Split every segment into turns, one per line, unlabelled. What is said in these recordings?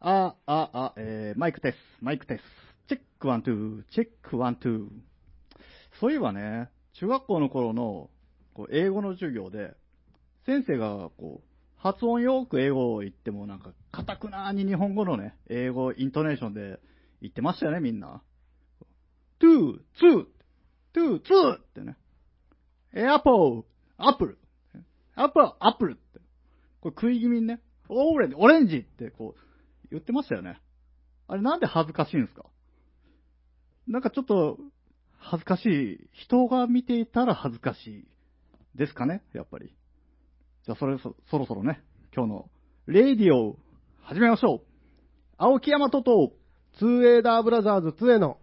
あ、あ、あ、えー、マイクテス、マイクテス。チェックワン、ツー、チェックワン、ツー。そういえばね、中学校の頃のこう英語の授業で、先生がこう発音よく英語を言っても、なんか、かたくなに日本語のね、英語、イントネーションで言ってましたよね、みんな。トゥー、ツー、トゥー、ツーってね。エアポー、アップル。アップル、アップルって。これ食い気味にね、オーレンジ、オレンジってこう、言ってましたよね。あれなんで恥ずかしいんですかなんかちょっと、恥ずかしい。人が見ていたら恥ずかしい。ですかねやっぱり。じゃあそれそ、そろそろね、今日の、レイディオ、始めましょう。青木山とと、
ツーエイダーブラザーズ2への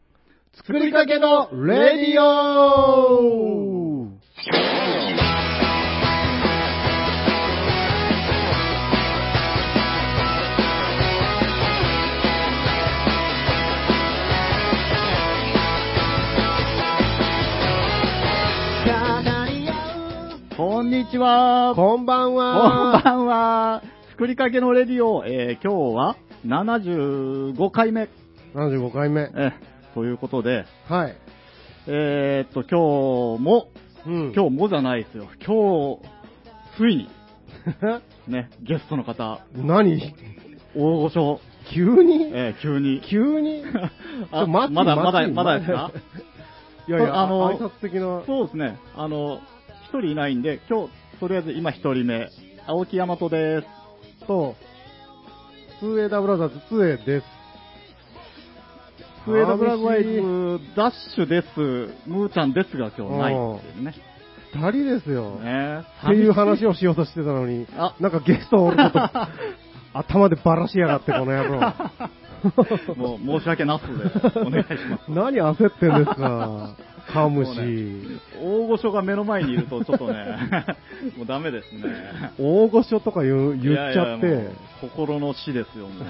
作りかけのレディオこんにちは。こん
こんばんは
ばんは。作りかけのレディオ、えー今日は75回目、
75回目
え。ーということで、
はい。
えーっと、今日も、
うん。
今日もじゃないですよ。今日、ついに、
日。
ね、ゲストの方、
何
大御所、
急に
えー急に。
急 に
あ
ちょ待って
まだ、ま
待っ
だ、
て
まだですか
いやいや、
あ
あ
の
の、挨拶的な。
そうですね。あの、一人いないんで、今日、とりあえず今一人目、青木大和です。
と、ツーエイダーブラザーズ2へです。
スウェードブラザイズ
寂しい、
ダッシュです、ムーちゃんですが今日ないっていうね。
二人ですよ。
ね
っていう話
を。
をしようとしてたのに
あ、
なんかゲストを俺ちょっ と頭でばらしやがって、この野 郎。
もう申し訳なすで、お願いします。
何焦ってんですか、 カムシ。
もうね大御所が目の前にいると、ちょっとね、もうダメですね。
大御所とか言う言っちゃって。
いやいやもう心の死ですよ、もう。
え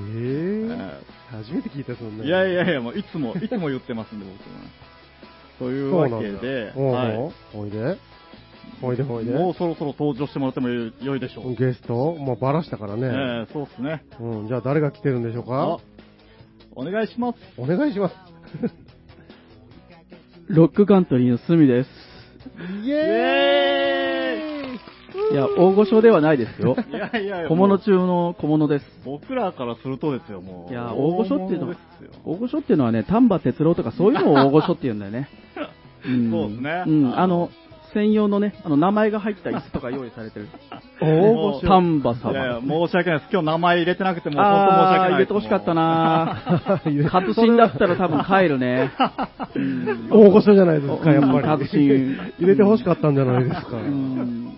え
ー
ー
初めて聞いたそんな。
いやいやいや、もういつも、いつも言ってますんで、僕もね。というわけで、
そうな
は
んだ
い
おうおうおいで。おいでおいで。
もうそろそろ登場してもらってもよいでしょう。
ゲストもうバラしたから
え
ね。
ーそうですね。
うん、じゃあ誰が来てるんでしょう
あ
か、
お願いします。
お願いします。
ロックカントリーのスミです。
イ
イエ
いや、大御所ではないですよ。
ーイいやいやいや、
小物
も
中の小物です。
う僕らからするとですよ、もう。
いや、大御所っていう
大
の
物
は
ですよ、
大御所っていうのはね、丹波哲郎とかそういうのを大御所っていうんだよね。ん
そうですね
うん、あの、専用のね、あの、名前が入った椅子とか用意さ れてる。
大
御所
丹波
いやいや、
様。
申し訳ないです。今日名前入れてなくても、本当申し
あ
訳
ー、
ない
入
で
れ
す
てほしかった なぁ。カツシンだったら多分帰るね。うん
大御所じゃないですか、や
う
っ
ん
ぱ
確
り。
信
入れて欲しかったんじゃないですか。
うん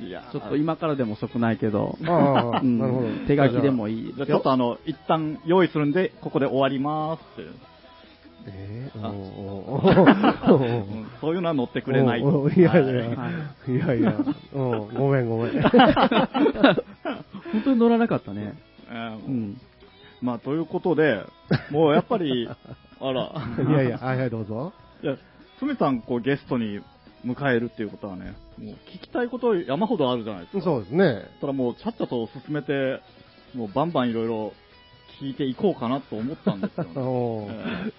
いや、
ちょっと今からでも遅くないけど。
ああ、
うん
なるほど。
手書きでも
いい。
いい
じゃ。あちょっとあの、一旦用意するんで、ここで終わりますっていう。
えー、
あ
おーおーおー
うんそういうのは乗ってくれない。
おおいやいや、
はい
い、やいや、うん、ごめん ごめん。
本当に乗らなかったね。
うん
うん。
まあ、ということで、もうやっぱり、 あら、
いや いや、はいはい、どうぞ。
いや、つめさん、こう、ゲストに迎えるっていうことはね、もう聞きたいこと山ほどあるじゃないですか。
そうですね。
ただもう、ちゃっちゃと進めて、もうバンバンいろいろ聞いていこうかなと思ったんですよ、
お
ね。
お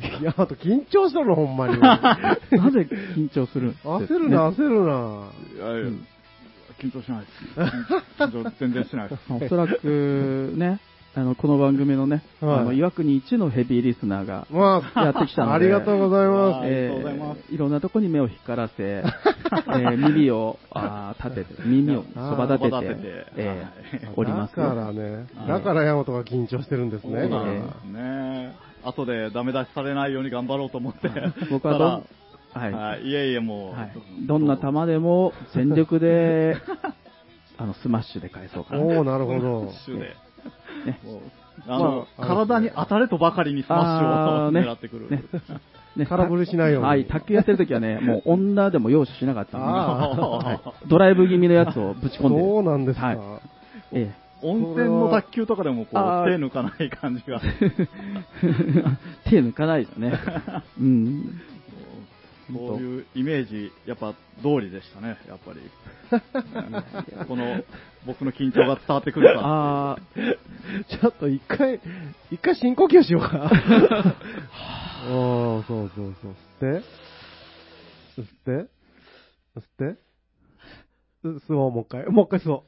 え
ー。いや、あと緊張したの、ほんま に。
なぜ緊張する
焦るな、焦るな。
いやいや、緊張し ないです。緊張全然しないです。
まあおそらくね、あの、この番組のね、
はい
あの、岩国一のヘビーリスナーが、
まあ、
やってきたので
ありがとうございます。
ありがとうございます
えーいろんなとこに目を光らせ、え ー耳をあー立てて、耳をそば立て
あーそば
て
立てて、
えー
はい
おります
だ
よ
からね、
はい
だからヤマトが緊張してるんです
そう
ね。
な
今
んですね。後でダメ出しされないように頑張ろうと思って。
僕はどん
た
は
だ
い
はい、いえいえ、もう、
はいどんな球でも全力で、 あの、スマッシュで返そうかな。
おおなるほど。
スマッシュで。
ね
もうあの、
まあ
体に当たれとばかりにスマッ
あー
シュ
ね
を狙ってくる。
ねね
空振りしないように
はい、卓球やってる時はね、もう女でも容赦しなかったんで
あ
はいドライブ気味のやつをぶち込んでる。
そうなんですか。
はいええ
温泉の卓球とかでもこう、手
あー
抜かない感じが。
手抜かないですね。うん。
そういうイメージ、やっぱ通りでしたね、やっぱ り。この、僕の緊張が伝わってくるか。
あ
ちょっと一回、一回深呼吸しよう か。おー、そうそうそう。吸って、吸って、吸って、す吸おう、もう一回。もう一回吸 おう。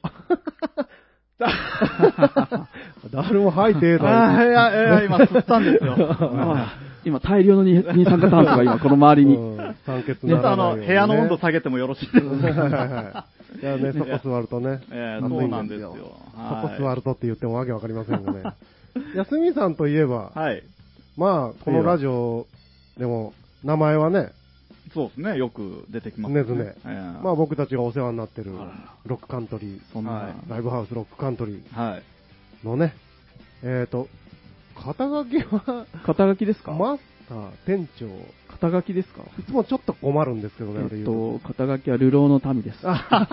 誰も吐いてえ
あ
だ
ーいやいやいや、今吸ったんです よ。
ーあー、今大量の二二酸化炭素が今この周りに。
酸欠
ちょ
な
っとあ
ら
の、
ないようにね
部屋の温度下げてもよろしいです か
はいはいはい。いやね、そこ座るとね。
ええ
暑い
そうなんですよ。
そこ
はい
座るとって言ってもわけわかりませんよ ね。休みさんといえば、
はい。
まあ、このラジオでも、名前はね、
そうですね、よく出てきます
ねずね
ええ
まあ僕たちがお世話になってる
あら、
ロックカントリ
そんな、
はい
ー、ライブハウスロックカントリ
はい。
ーのね、えっと、肩書きは、
肩書きですか、
マスター、店長、
肩書きですか
いつもちょっと困るんですけどね、あれ
え
言
っ
う
と、肩書きは流浪の民です。
と。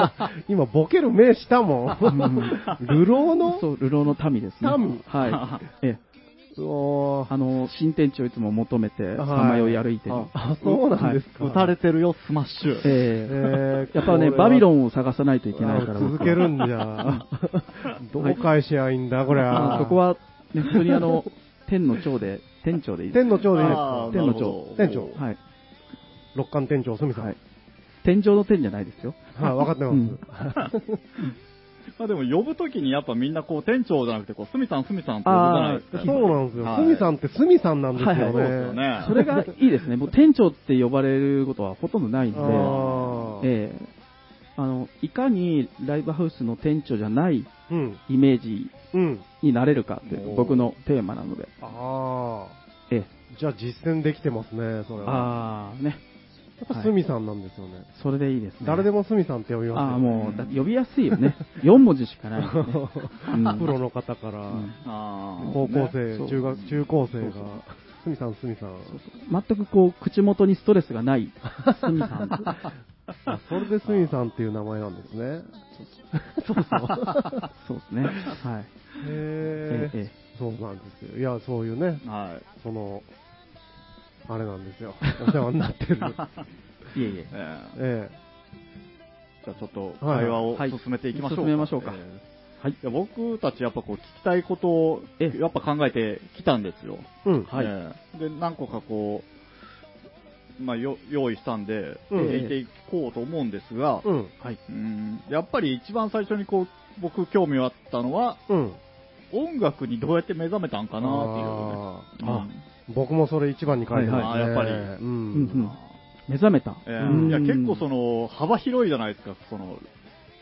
今、ボケる目したも ん。流浪の
そう、流浪の民ですね。
民
はい。ええ、
お
あの、新天地をいつも求めて、さまよい歩いてる。
あ、そうなんですか。
打たれてるよ、スマッシュ。
ええ
えー
やっぱ
これ
ね、
は
バビロンを探さないといけないから。
あ続けるんじゃ。どう返しゃいいんだ、これ
あ
は。
そこは、ね、普通にあの、天の長で、店長でいいです
天の長でいいで
あ
すか
ー
天
なる
の長
ほど
店長
はい。
六冠店長、すみさん。
は
はいい、。
天井の天じゃないですよ。
分かってます。
まあでも呼ぶときにやっぱみんなこう店長じゃなくてこう、すみさんすみさんって呼ぶじゃない
あ
です
ー
か。
そうなんですよ。
はい
すみさんってすみさんなんですよね。
はい
そうですよね。
それがいいですね。もう店長って呼ばれることはほとんどないんで、
あー
ええあの、いかにライブハウスの店長じゃない
うん。
イメージ
うん。
になれるかっていうの
おー
が僕のテーマなので、
あ
ええ
あ。じゃあ実践できてますね、それは。
あーね、
やっぱすみさんなんですよね。
それでいいですね。
誰でもすみさんって呼びますよ、ね。
ああ、もう、だ呼びやすい よね。4文字しかない、ねうん
プロの方から、
うん
あー
高校生、
そう
中学、中高生
そう
が、すみさん、すみさん。
全くこう、口元にストレスがない、すみさん。
あそれですみさんっていう名前なんですね。 そうそう。
そうですね。
へ
はい。え
え
え。
そうなんですよ。いや、そういうね、
はい。
その、あれなんですよ。お世話になって る。
いえいえ。
ええ
え
じゃあちょっと
はい
会話を
はい
進めていきましょうか。
進めましょうか
ええ
はい。
いや僕たちやっぱこう聞きたいことを
ええ
やっぱ考えてきたんですよ。
え。うん。
はい
ええで、何個かこう、まあ、よ用意したんで、
うん
聞いていこうと思うんですが、
うん。
はい。
うんやっぱり一番最初にこう僕興味があったのは、
うん。
音楽にどうやって目覚めたんかな
あ
っていうね。うん
ー僕もそれ一番に書いてますね。
はいはいあやっぱ
う。
うんん目覚めた。
え
う
ー
ん
いや結構その幅広いじゃないですか、その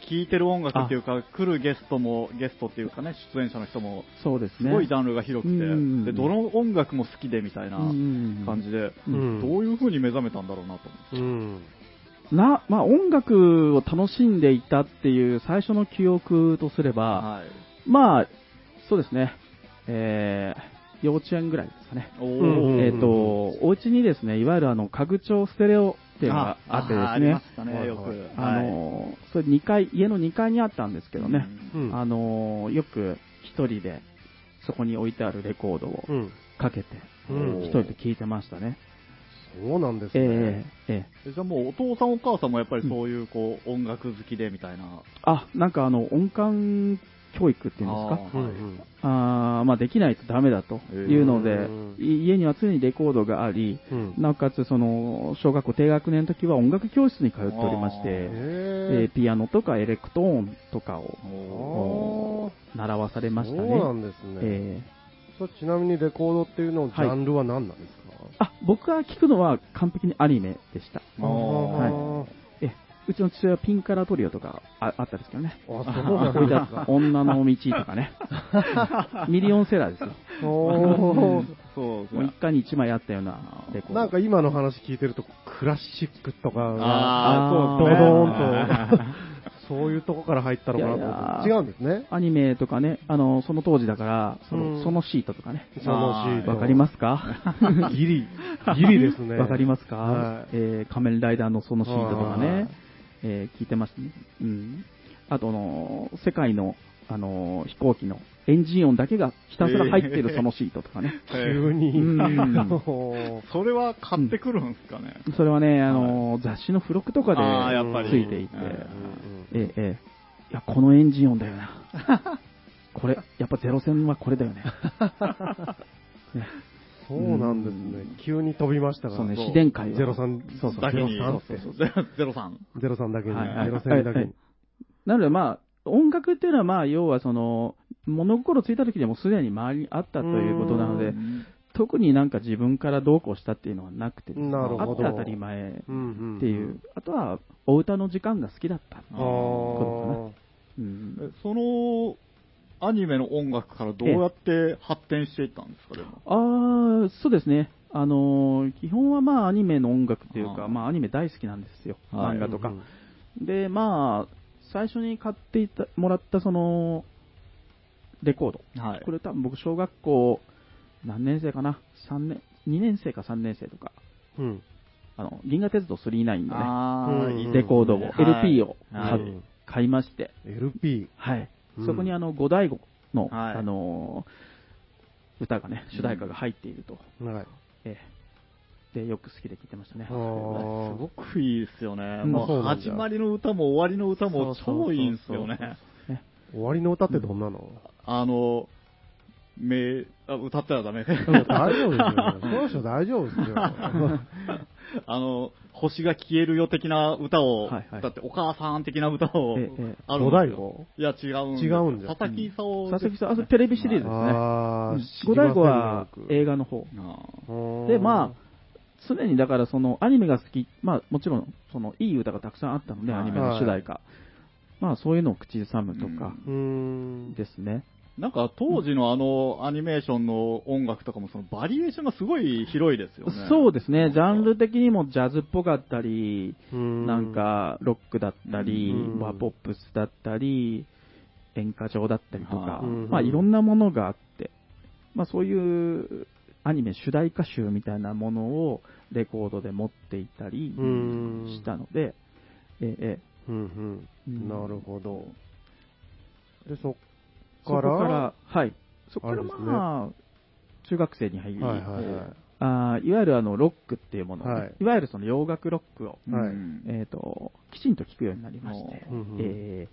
聴いてる音楽っていうか、来るゲストも、ゲストっていうかね、出演者の人も、
そうです
す
ね。
ごいジャンルが広くて、
うん
でどの音楽も好きでみたいな
感
感じで、
う。
うん
どういう風に目覚めたんだろうなと
うん。
な、まあ音楽を楽しんでいたっていう最初の記憶とすれ
思
ば、
って。はい
まあ、そうですね、えー、幼稚園ぐらいですかね。
お
うん
ー
えっ、と、お家にですね、いわゆるあの、家具調ステレオっていうのがあってで
あ
す
り
ね、
ま
あ
したね、よく。はい
の、それ2階、家の2階にあったんですけどね、
うん。
あの、よく一人で、そこに置いてあるレコードを
うん。
かけて、
うん
一人で聴いてましたね。
そうなんです
ええ
ね。
ええ
えじゃあもうお父さんお母さんもやっぱりそういうこう、音楽好きでみたいな。
あ、なんかあの、音感教育っていうんです
あー
か
うん
はい
うん
あーまあ、できないとダメだというの
へ
で
ー、
い家には常にレコードがあり、
うん。
なおかつその小学校低学年の時は音楽教室に通っておりまし
あ
て、え
え
ーピアノとかエレクトーンとかを
おー
お習わされました
そうな
ね。
んですね。
えー
それちなみにレコードっていうのジャンルは何なんですか、
あ僕が聞くのは完璧にアニメでした。
あー
は
えうちの父親はピンカラトリオとかああったんですけどね。
い、あそう なん
置いて
で
あ
す
った
か。
女の道とかね。ミリオンセラーですよ。
おー
そうです
もう一
ね。
家に一枚あったようなレコード。
なんか今の話聞いてると、クラシックとか、
ああ、
ド
そう
ド
ですね
ーンと、そういうとこから入ったのかなと思って。
いやいや
違うんですね。
アニメとかね、あの、その当時だから、その,、
うん
そのシートとかね。
そのシート。
わかりますか
ギリ、ギリですね。
わかりますか、
はい
えー仮面ライダーのそのシートとか
はい
ね、えー聞いてますね。うん。あとあの、世界のあのー飛行機のエンジン音だけがひたすら入ってるそのシートとかね。
急に。
うん
おー
それは買ってくるんですかね。
それはね、あのー雑誌の付録とかで
あーやっぱり
ついていて、
うんうん
ええええいや、このエンジン音だよな。これ、やっぱゼロ戦はこれだよね。ね
そうなんですね。急に飛びましたから。
そうね、
そう
自伝会は。
ゼロ三
そうそう
だけに
03って。
ゼロ三。
ゼロ三だけに、
はいはい
ゼロ戦だけに。
なのでまあ、音楽っていうのはまあ、要はその、物心ついた時にはもうすでに周りにあったということなの
う
で、
ん
特になんか自分からどうこうしたっていうのはなくてですね、
なる
あ
ほ
って
ど
当たり前
うんうん
っていう、。あとはお歌の時間が好きだった、
あ
こ
ー
うん、
えそのアニメの音楽からどうやって発展していったんですか、でも。
あーそうですね、あのー基本はまあアニメの音楽っていうか、
あー
まあ、アニメ大好きなんですよ、
はい
漫画とか。
うんうん
で、まあ、最初に買っていたもらったそのレコード、
はい
こ。れ多分僕、小学校何年生かな、3年2年生か3年生とか、
うん。
あの銀河鉄道39のね、
あー
うん
いいですね
レコードを、
はい
LP を買,、
はい
うん
買いまして、
LP。
はい
うん
そこにあの五醍醐の,、
はい
あのー歌がね、主題歌が入っていると、
はい。
ええでよく好きで聴いてましたね。
あー
すごくいいですよね。
うん
も
そう
う
なんだ
始まりの歌も終わりの歌も
そうそうそうそう
超いいんですよね。
終わりの歌ってどんな の
あの、めあ歌ったらダメ。
大丈夫ですよ。この人大丈夫ですよ。
あの、星が消えるよ的な歌を、
はいはい
だってお母さん的な歌を、
ええええ
あるん
五
です
大
よ。
悟
いや、違うんです。
違うんだよ
佐々木さを。
佐々木さん、あそれテレビシリーズですね。
あー
うん
知
五
りません
醍醐は映画の方。
あ
で、まあ、常にだからそのアニメが好き、まあもちろんそのいい歌がたくさんあったので、
はい
アニメの主題歌。まあそういうのを口ずさむとか
うーん。
ですね。
なんか当時のあのアニメーションの音楽とかもそのバリエーションがすごい広いですよね。
そうですね、ジャンル的にもジャズっぽかったり、
な
なん、かロックだったり
うん、
まあポップスだったり、演歌調だったりとか
はい、
まあいろんなものがあって、まあそういうアニメ主題歌集みたいなものをレコードで持っていたり
うん
したので、えええ
うん
えう
うんん。なるほど。で、そっ
そこ
から、
から、はい。そこか
あ
ら
れですね
まあ、中学生に入り、
はい
い
はいはい。
あーいわゆるあのロックっていうもの、
はい
い、わゆるその洋楽ロックを、
うん
はい
えー、ときちんと聞くようになりまして、
うんうん
え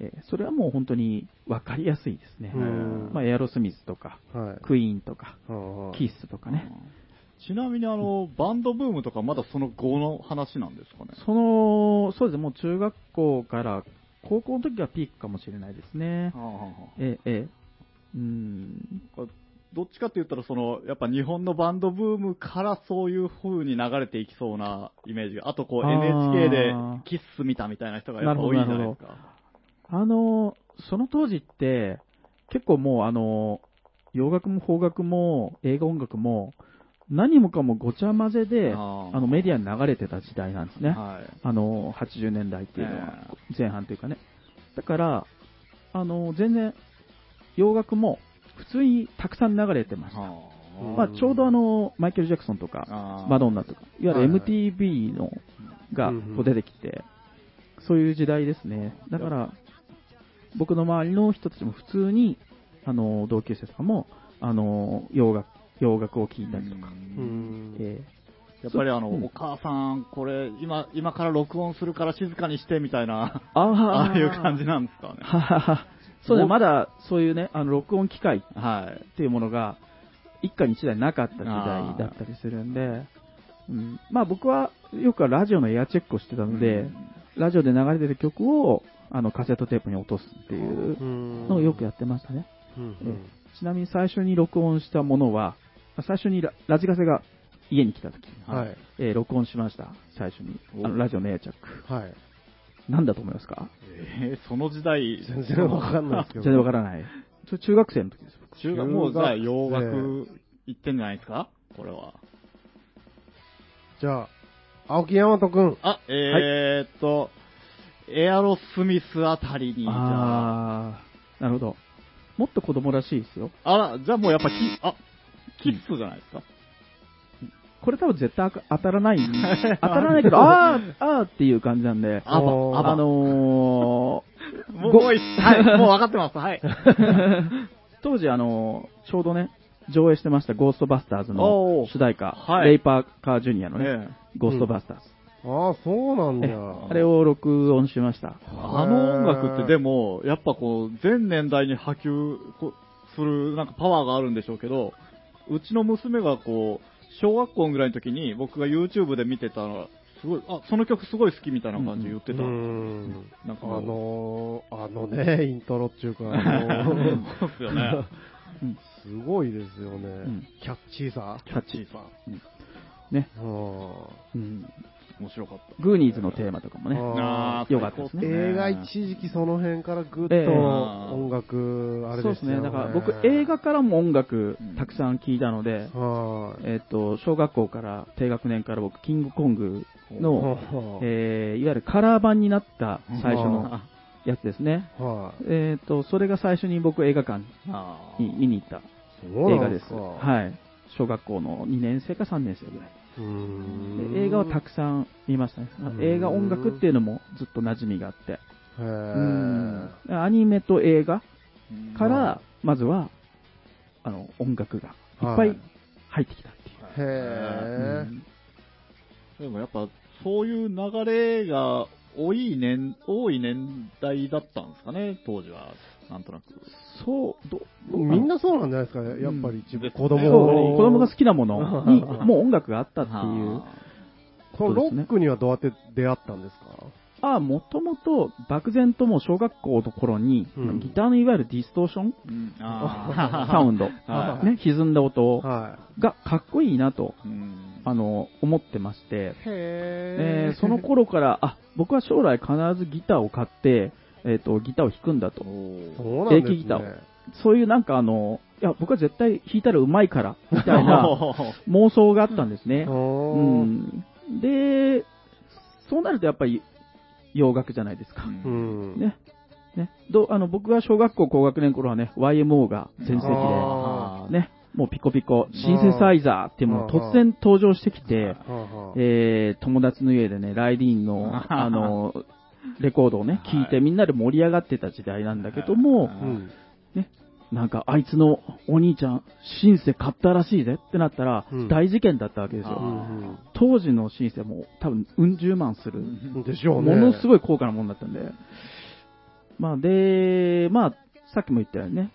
ーえーそれはもう本当に分かりやすいですね、
うん
まあ、エアロスミスとか、
はい。
クイーンとか、
うんうん
キッスとかね、
ちなみにあの、バンドブームとかまだその後の話なんですかね。
そのそうですねもう中学校から高校の時がピークかもしれないですね、
はあはあ
えーえーうん
はあどっちかって言ったらその、やっぱ日本のバンドブームからそういう風に流れていきそうなイメージが。あとこう
あー
NHK でキッス見たみたいな人がやっぱ多いじゃないですか。
あのーその当時って、結構もう、あのー洋楽も邦楽も映画音楽も、何もかもごちゃ混ぜで、あ
あー
のメディアに流れてた時代なんですね。
はい。
あのー80年代っていうのは、前半というかね。だから、あのー全然、洋楽も普通にたくさん流れてました。
はあ
うん
まあ、ちょうどあのーマイケル・ジャクソンとか、
あー
マドンナとか、いわ
はい
ゆ
は
る
い
MTV のが
うんうん
こう出てきて、そういう時代ですね。だから、僕の周りの人たちも普通に、あの、同級生とかも、あの、洋楽、洋楽を聴いたりとか、
うーん。
え
やっぱりあの、
うん
お母さん、これ、今、今から録音するから静かにしてみたいな、
ー、あ
ああいう感じなんですかね。
ははは。 そうね、まだそういうね、あの、録音機械
はい。
っていうものが、一家に一台なかった時代だったりするんで、うん、まあ僕はよくはラジオのエアチェックをしてたので、ラジオで流れてる曲をあのカセットテープに落とすっていうのをよくやってましたね。
うんうん
ちなみに最初に録音したものは、最初にララジカセが家に来た時、
はい。
えー録音しました、最初に。
お
あのラジオのエアチェック。
はい。
なんだと思いますか
えーその時代、
全然わかんないですけ
全
ど。
然わからない。それ中学生の時です。僕
中学、もうじゃあ洋
中学
楽行ってんじゃないですかこれは。
じゃあ、青木大和くん。
あ、えーっと、エアロスミスあたりに、じゃあ、
あー、なるほど。もっと子供らしいですよ。
あら、じゃあもうやっぱキ、あ、キッスじゃないですか。
これ多分絶対当たら ない。当たらないけど、あー、あーっていう感じなんで。
アバ
おー
ア
あ
バ
の
もう、もういはい、もう分かってます。 はい。
当時、あの、ちょうどね、上映してましたゴーストバスターズ
お
の
ー
主題歌、
はい
レイパーカージュニアのね、
ええ
ゴーストバスターズ。
ああ、そうなんだ
ええ。あれを録音しました。
あの音楽ってでも、やっぱこう、全年代に波及こするなんかパワーがあるんでしょうけど、うちの娘がこう、小学校ぐらいの時に僕が YouTube で見てたら、すごい、あ、その曲すごい好きみたいな感じで言ってた。
うーん
なんか
あのー、あのね、イントロっていうか、あのー
そうっすよね。
うん
すごいですよね、
ん
キャッチーさ。
キャッチー
さん。
ね。
うん
うん
面白かった。
グーニーズのテーマとかもね。
あ
ーよかったですね
映画一時期その辺からぐっと
ええ
音楽、あれ
そう
で
ですす
よ
ね。
ね。
だから僕、映画からも音楽たくさん聴いたので、
は
えっと、小学校から、低学年から僕、キングコング
い。
の、えーいわゆるカラー版になった最初のやつですね。
はい。
えっと、それが最初に僕映画館
あー
に見に行った
そう
映
な
画
ん
です。
か
はい。小学校の2年生か3年生ぐらい。
うーん
で映画をたくさん見ましたね
う。ん
映画音楽っていうのもずっと馴染みがあって。
へー
うんアニメと映画か
うん
ら、まずは、あの、音楽がいっ
は
ぱ
い
い入ってきたってい
へ
う。う
え。
ん
でもやっぱ、そういう流れが多い年、多い年代だったんですかね、当時は。なんとなく。
そう、ど
みんなそうなんじゃないですかね、やっぱり一
う
部
ん
子
そう
供を
子供が好きなもの に、もう音楽があったっていう。
そのロックにはどうやって出会ったんですか
ああ、もともと、漠然ともう小学校の頃に、
うん
ギターのいわゆるディストーション
うんあー
サウ ンド、
はい
ね、歪んだ音
は
がかっこいいなと、
うん
あの、思ってまして、
い。へ
えーその頃から、あ、僕は将来必ずギターを買って、えっ、と、ギターを弾くんだと。
そうなんですね
定期ギターをそういうなんかあの、いや、僕は絶対弾いたらうまいから、みた いな
おー
妄想があったんですね。う
おー
ん。で、そうなるとやっぱり洋楽じゃないですか。
う
うん
ん。
ね。ね。どあの、僕が小学校高学年頃はね、YMO が全盛期
あ
で、ね、もうピコピコ、シンセサイザーっていうものが突然登場してきて、
ーはあはあ
えー、友達の家でね、ライディーンの、あの、レコードをね、聞いてみんなで盛り上がってた時代なんだけども、
うん。
なんかあいつのお兄ちゃん、シンセ買ったらしいぜってなったら
うん、
大事件だったわけです
あ
う
ー
よ。
ん
当時のシンセはもう多分、うん十万する。
うんでしょうね。
ものす
い。
ごい高価なもんだったんで。まあ、で、まあ、さっきも言ったようにね、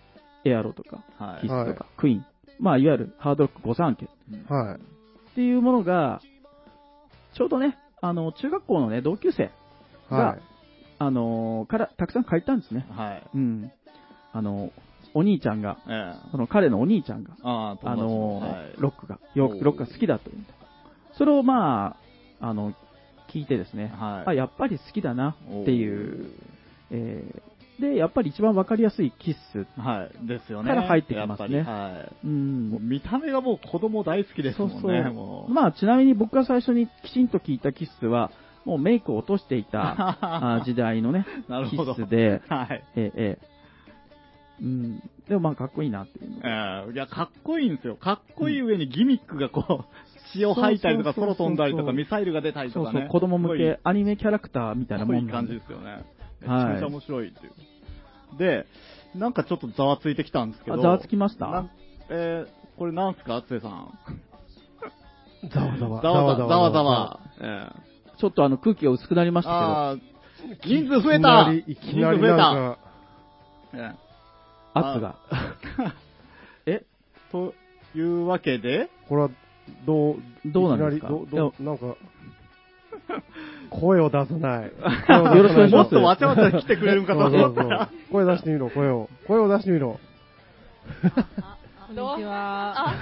エアロとか、
は
キ
い
スとか、クイーン、まあ、いわゆるハードロック御三家
はい。
っていうものが、ちょうどね、あの、中学校のね、同級生、
は
があのから、たくさん借りたんですね。
はい。
うん。あの、お兄ちゃんが、
ええ。
その彼のお兄ちゃんが、
ああ、
あの
友達はい
ロックが、よ
おう
ロックが好きだという。それをまあ、あの、聞いてですね、
はい
あ、やっぱり好きだなっていう、えーで、やっぱり一番わかりやすいキッス。
はい。ですよね。
から入ってきますね
やっぱりはい。
うん
もう見た目がもう子供大好きですもんね。もう
まあ、ちなみに僕が最初にきちんと聞いたキッスは、もうメイクを落として いたあ時代 のね、
なる
キ
ほど。
ッスで、
はい。
えーえーうん、でもまあ、かっこいいなっていうのが
ええいや、かっこいいんですよ。かっこいい上にギミックがこう、血を吐いたりとか、
そうそうそうそう
空飛んだりとか、ミサイルが出たりと
そう
か
そ
ね
う、。子供向
すごい
けアニメキャラクターみたい
か
な
っこ
も
い
ん
い
な
感
ん
じ
で
ですよね。めち
はい
ゃめちゃ面白いっていう。で、なんかちょっとざわついてきたんですけ
あ
ど。
ざわつきました
なえーこれなんすか、つえさん。
い。ざわざわ。
ざわざわ、ざわざわ。ええ
ちょっとあの空気が薄くなりましたけど、
あー人数増えた
いきなり、いきな
人
り
数増え
なん
た
か
え
圧が。
ええ というわけで、
これは、どう、
どうなんですか
いきなりどう、どう、なんか、声を出さない。
よろしくお願いし
も
ま
っ
す
とわちゃわちゃ来てくれるんかと
そうそ
思
う
っ
そ
た
う
ら。
声出してみろ、声を。声を出してみろ。
こんにちは。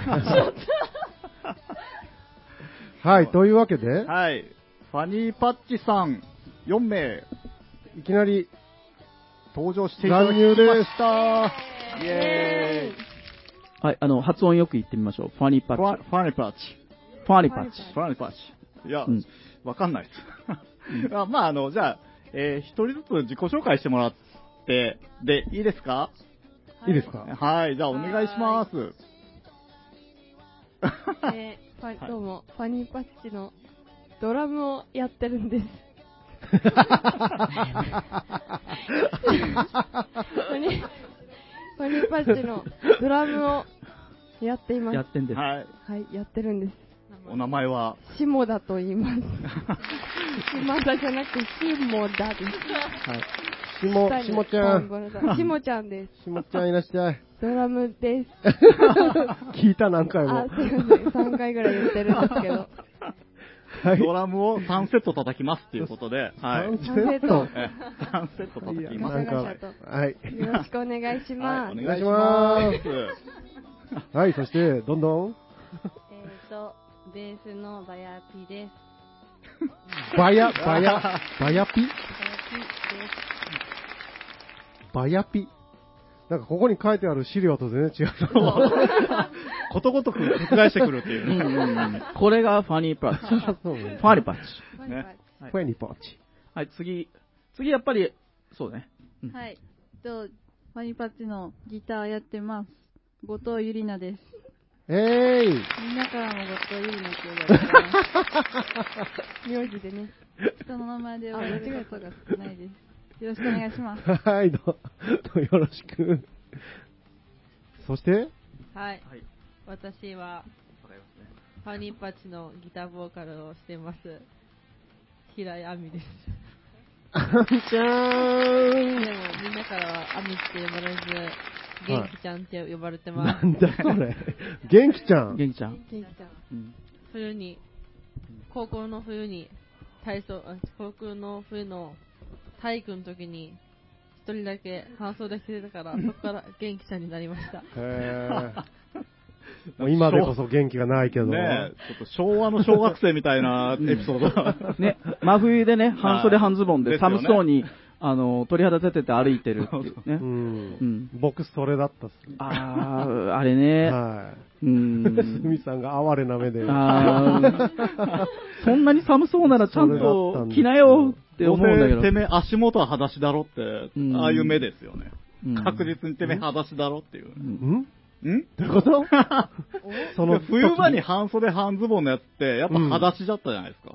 はい、というわけで、
はい。ファニーパッチさん、4名、
いきなり、
登場していただきました。イエ
はい、あの、発音よく言ってみましょう。ファニー
ー
パ
イファ
ッチ。
ファニーパッチ。
ファニーパッチ。
ファニーパッチ。いや、
うん
わかんないです。あ まあ、あの、じゃあ、えー一人ずつ自己紹介してもらって、で、いいですか
いいですか
はい、じゃあお願いします。
えーファどうも、ファニーパッチのドラムをやってるんです。ポニポニパッチのドラムをやっています。
やってんで す。
はい。
はい、やってるんです。
お名前は、
下田と言 います。島田じゃなくて、下田です。
はい。
しも、しもちゃん。
ん。下ちゃんです。
しもちゃんいらっしゃい。
ドラム です。
聞いた何回
あ
も、。
すいません。3回ぐらい言ってるんです けど。
はい
ドラムを3セット叩きますっていうことで、はい。
三セット
三
え3セット叩
いや
きま
なん
す。
か、
ガシャガシャ
はい。
よろしくお願いしま
は
す。
い、お
い
願いし
お願
ま
いし
す。
はい、そして、どんどん、
えっ、と、ベースのバヤピです。
バヤ、バヤ、バヤピ
バヤピ
バヤピ。なんか、ここに書いてある資料と全然違う。
ことごとく覆してくるっていう
うんうん
ね。
うん。これがファニーパ ッチ。
そう
ファニーパッチ。
バイバイ
はい
フェニポッチ。
はい、次。次やっぱり、そうね。
です。はい。と、ファニパッチのギターやってます。後藤ゆりなです。
え い、
みんなからも後藤ゆりなって呼ばれてま
名字でね。
す。人の名前で呼ばれることが少ないです。よろしくお願いします。
はい、ど、どよろしく。そして、
はい。
はい。
私は、
わかりますね。
ファニーパッチのギターボーカルをしてます。平井亜美です。
あんちゃ
でも、
ーん。
みんなからは亜美って呼ばれず、
はい
元気ちゃんって呼ばれてま
な
す。
んだそれ。元気ちゃん。
元気ちゃん。
元気ちゃん。
うん。
冬に、高校の冬に、体操、あ高校の冬の体育の時に、一人だけ搬送できてたから、そこから元気ちゃんになりました。
へーもう今でこそ元気がないけど。
ねえ、ちょっと昭和の小学生みたいなエピソードが。
ね、真冬でね、半袖半ズボン
で
で、
すよね
寒そうに、あの、鳥肌立てて歩いてるっていう
う。
ね。うんん。
僕、それだったっす。
あー、あれね。
は
う
い。すみ
ん。
さんが哀れな目で。
あーそんなに寒そうならちゃんと着なよって
どう
思うんだけど
せ、。てめえ足元は裸足だろって
う、ん
ああいう目ですよね。
うん
確実にてめえ裸足だろっていう。
うん
ん
ん
どういうことその時
冬場に半袖半ズボンのやつって、やっぱ裸足だったじゃないですか。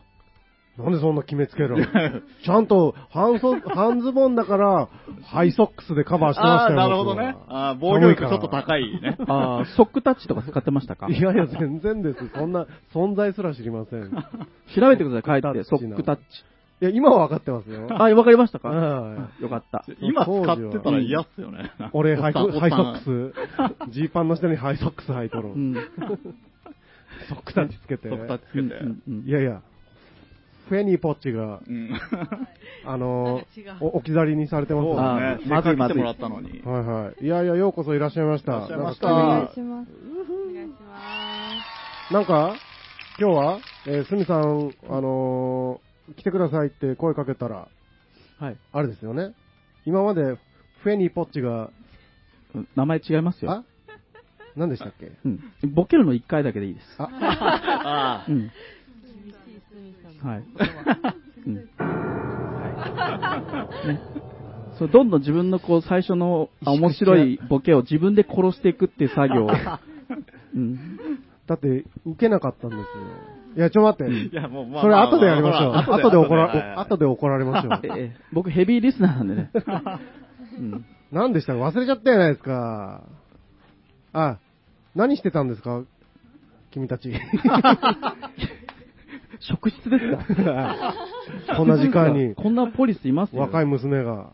なんでそんな決めつけるのちゃんと半袖、 半ズボンだから、ハイソックスでカバーしてまし
ああ
た
ー、
よ。
なるほど
僕は
ね。ああ、防御力ちょっと高い ね。
あー、ソックタッチとか使ってましたか
いやいや、全然です。そんな、存在すら知りません。い
調べてください、帰って、
ソ
ソ
ックタッチな
ックタッチ。
や、今は分かってま すよ。
あ、わかりましたか
は
よかった。
今使ってたら嫌っすよね
い。。俺、ハイソ
おっさん
ハイソックス、ジーパンの下にハイソックス履いとる
う。ん。
ソックタッチつけて。
ソフタッチつけ
うん
て。
うん
いやいや、フェニーポッチ
う
が、
ん。
あのー
なんか違う
お置き去りにされてます
そう
ね。
だね。
あーまず
せ
い
っかく来てもらったのに。
はいはい。いやいや、ようこそいらっしゃいました。
いらっしゃいました
お願いします。
お願いします。
なんか、今日は、えー、すみさん、あのー来てくださいって声かけたら、
はい。
あれですよね。今まで、フェニーポッチが、
名前違いますよ。
あ何でしたっけ
うん。ボケるの1回だけでいいです。
あ、
あ
うん。
厳しいすみさ んの
はい。
言葉。
うん。ね。そう、どんどん自分のこう、最初のあ面白いボケを自分で殺していくっていう作 業を。うん。
だって、受けなかったんですよ。いや、ちょっと待っ
あ。い
て。
や、もうまあ
それ
まあ
後でやりましょう。
ほら
後で怒ら、
後
後で怒られますよ。
ええ、僕ヘビーリスナーなんでね。うん。
何でしたか忘れちゃったじゃないですか。あ、何してたんですか君たち。
職質ですか
こんな時間に
こんなポリスいますよ。
若い娘が、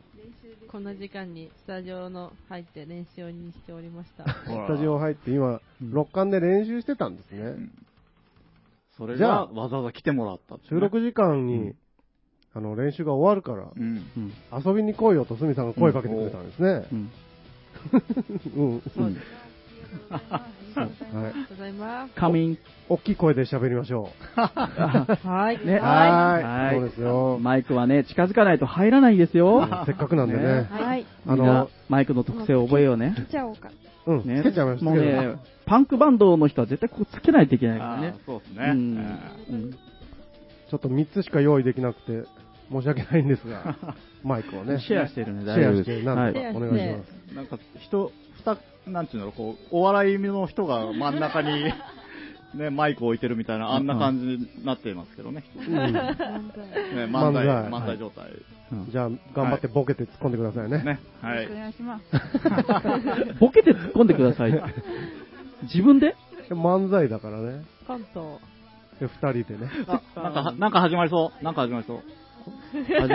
こんな時間にスタジオの入って練習にしておりました。
スタジオ入って今、六巻で練習してたんですね。
それ
じゃ
が
あ
わざわざ来てもらったってね。
収録時間に、あの、練習が終わるから、
うん。
うん。
遊びに来いよとすみさんが声かけてくれたんですね
う。ん。
うん。
うん。
はい。
ありがとうございます。
仮眠。
大きい声で喋りましょ
はい。
ね。
う。は
は
ー
い
い。そうですよ。
マイクはね、近づかないと入らないですよ。
せっかくなんでね
ね。
はい。
あ
あ
の
の、、マイクの特性を覚えようね。
来ちゃおうか。
うん、
ね
つけちゃいました
もう
けど。
ね、パンクバンドの人は絶対ここつけないといけないから
あ
ね
あ。そうです
う
ね。
んうん
ちょっと3つしか用意できなくて、申し訳ないんですが、 マイクをね。
シェアしてるね、
シ
大丈
ェア
夫
して、
は
なんと
い
かお願いします。
えーなんか、人、二、なんていうの、こう、お笑いの人が真ん中にね、マイク置いてるみたいな、あんな感じになっていますけ どね。
本当に
ね漫才、
漫才
漫才状態。
じゃあ、頑張ってボケて突っ込んでくださいね。
ね。
よ
は
ろ
い
しくお。願いします。
ボケて突っ込んでください。自分で
漫才だからね。
関東。
で二人でね。
あなんかは、なんか始まりそう。なんか始まりそう。
始まる。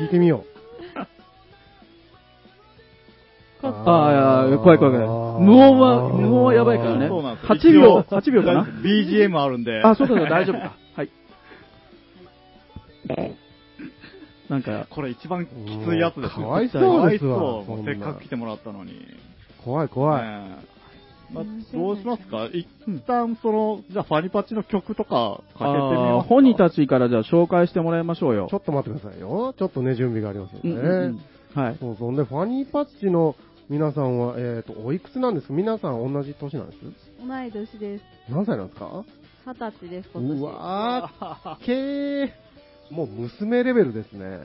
聞いてみよう。
ああー、いや怖い怖い怖い。無音は、無音はやばいからね。
そうなんです
8秒、8秒かな。
BGM あるんで。
あ、そうかそうか、大丈夫か。はい。なんか、
これ一番きついやつです
か
ね。
わいそうです
か
わ
わいそうもう
そ
せ
ん
っ
な
かく来てもらったのに。
怖い怖い。
ねえまあどうしますか一旦その、じゃあファニパチの曲とかかけてみ
あ
ま
ー
すか
本人たちからじゃあ紹介してもらいましょうよ
ちょ。っと待ってくださいよ。ちょっとね、準備がありますよ
うんうんう
ね
ん。はい。
そうそう。で、ファニーパッチの皆さんは、えっと、おいくつなんですか皆さん同じ年なんです
同い年です。
何歳なんですか
二十歳です、今年。
うわー、けー。もう娘レベルですね。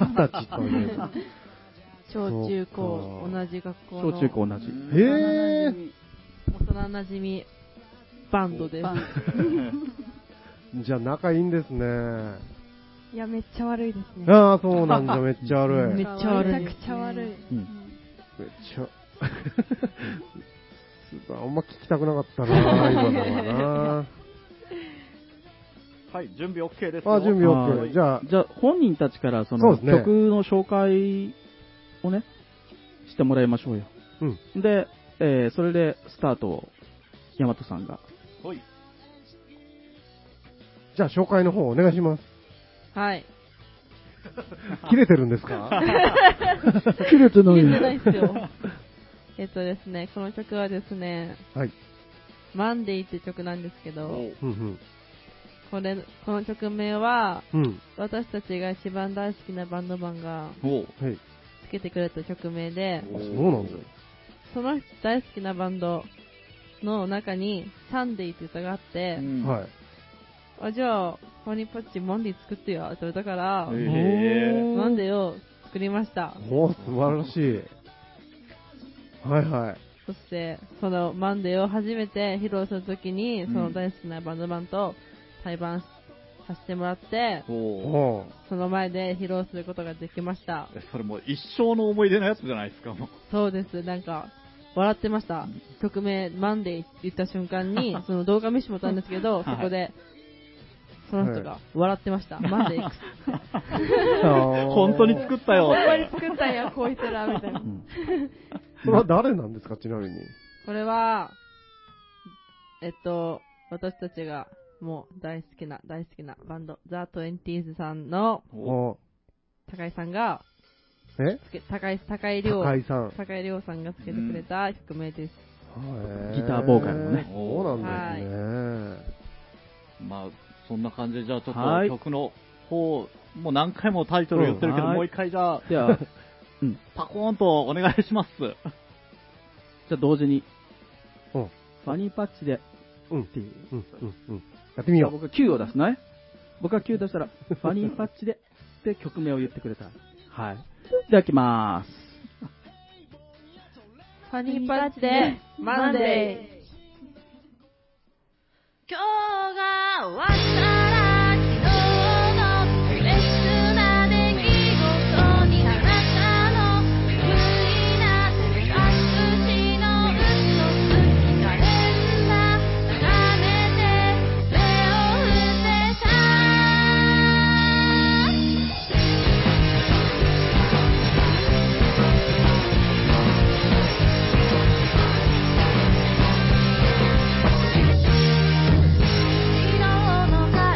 二十歳という。
小中
そ
高
う、か
同じ学校の。
小中高同じ。
へえ
幼馴染
幼なじみバンドです
バ。ン
じゃあ仲いいんですね。
いや、めっちゃ悪いですね。
ああ、そうなんだ、めっちゃ悪
め
い。め
っ
っ
ちゃ悪い
め
です
ちゃくちゃ悪い。
うん
ちゃ。 あんま聞きたくなかったな、今のは
はい、準備 OK です
な。
よ。
あ、準備
は
OK。
い
じゃあ、
じゃあ、本人たちからそ
そう
の
ですね
曲の紹介をね、してもらいましょうよ。
うん。
で、えーそれでスタートを、大和さんが。
はい。
じゃあ紹介の方お願いします。
はい。
切れてるんですか
切れて
聞いてないっす よ。えっとですね、この曲はですね、
はい。
マンデーって曲なんですけど、
うん
これ、この曲名は、
うん。うん。
私たちが一番大好きなバンドマンが
おう
はい。
つけてくれた曲名で
あ、そうなんだ。
その人大好きなバンドの中に、サンデーって歌があって、
い。
はい。
あ、じゃあ、ホニーポッチ、マンデー作ってよって歌から、
へー
マンデーを作りました。
おー素晴らしい。はいはい。
そして、そのマンデーを初めて披露するときに、
うん
その大好きなバンドマンと対バンさせてもらって、
おう
おー
その前で披露することができました。
えそれもう一生の思い出のやつじゃないですか、もう。
そうです、なんか、笑ってました。曲名、マンデーって言った瞬間に、その動画見してもらったんですけど、そこで、その人が笑ってました。マンデー、
本当に作ったよ。
ほんまに作ったんや、こいつら、みたいな。
それは誰なんですか、ちなみに。
これは、えっと、私たちがもう大好きな、大好きなバンド、ザ・トゥエンティーズさんの
おう
お
高井さんが、
ーえ
つけ高井、高井亮、
高
高井
井さん。
亮さんがつけてくれた曲名です。
へ
ギターボーカルのね
そうなんですね。
まあ、そんな感じで、じゃあちょっ
はい
と曲の方、もう何回もタイトル言ってるけど、
うんはい
もう一回じゃあ、
じゃ あ、じ
パコーンとお願いします。
ゃあ同時に、
うん
ファニーパッチで、
うん
っていう。
うん、うん、うん。やってみ
じゃ
よ
あ僕は9を出すね。僕は9出したら、ファニーパッチで、で曲名を言ってくれたら。はい。じゃあ行きまーす。
ファニーパッチで、マンデー。
今日が終わったら昨日のフレッシュな出来事にあなたの無理な手が口の嘘つきかれんな眺めて目を伏せた昨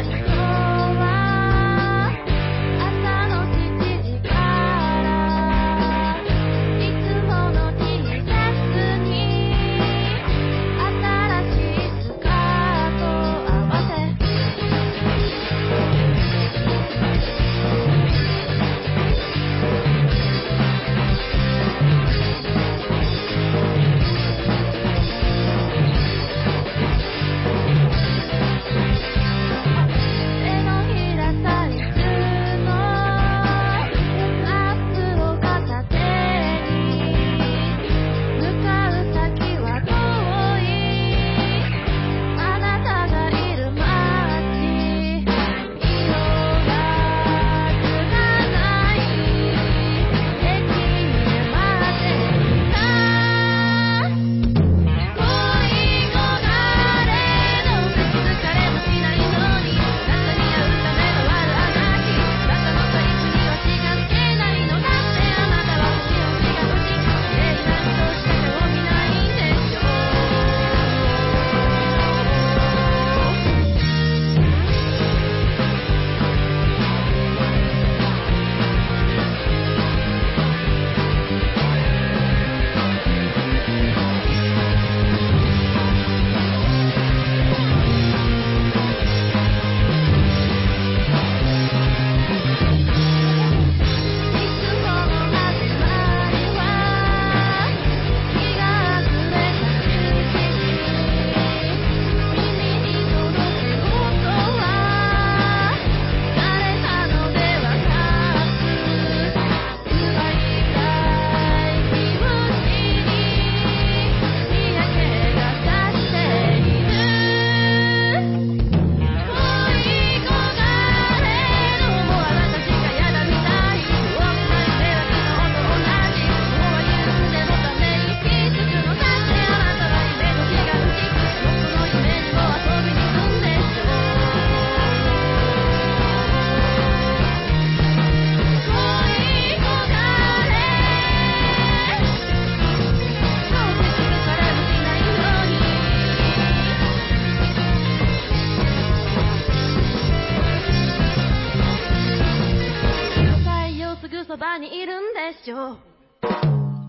日の帰しょう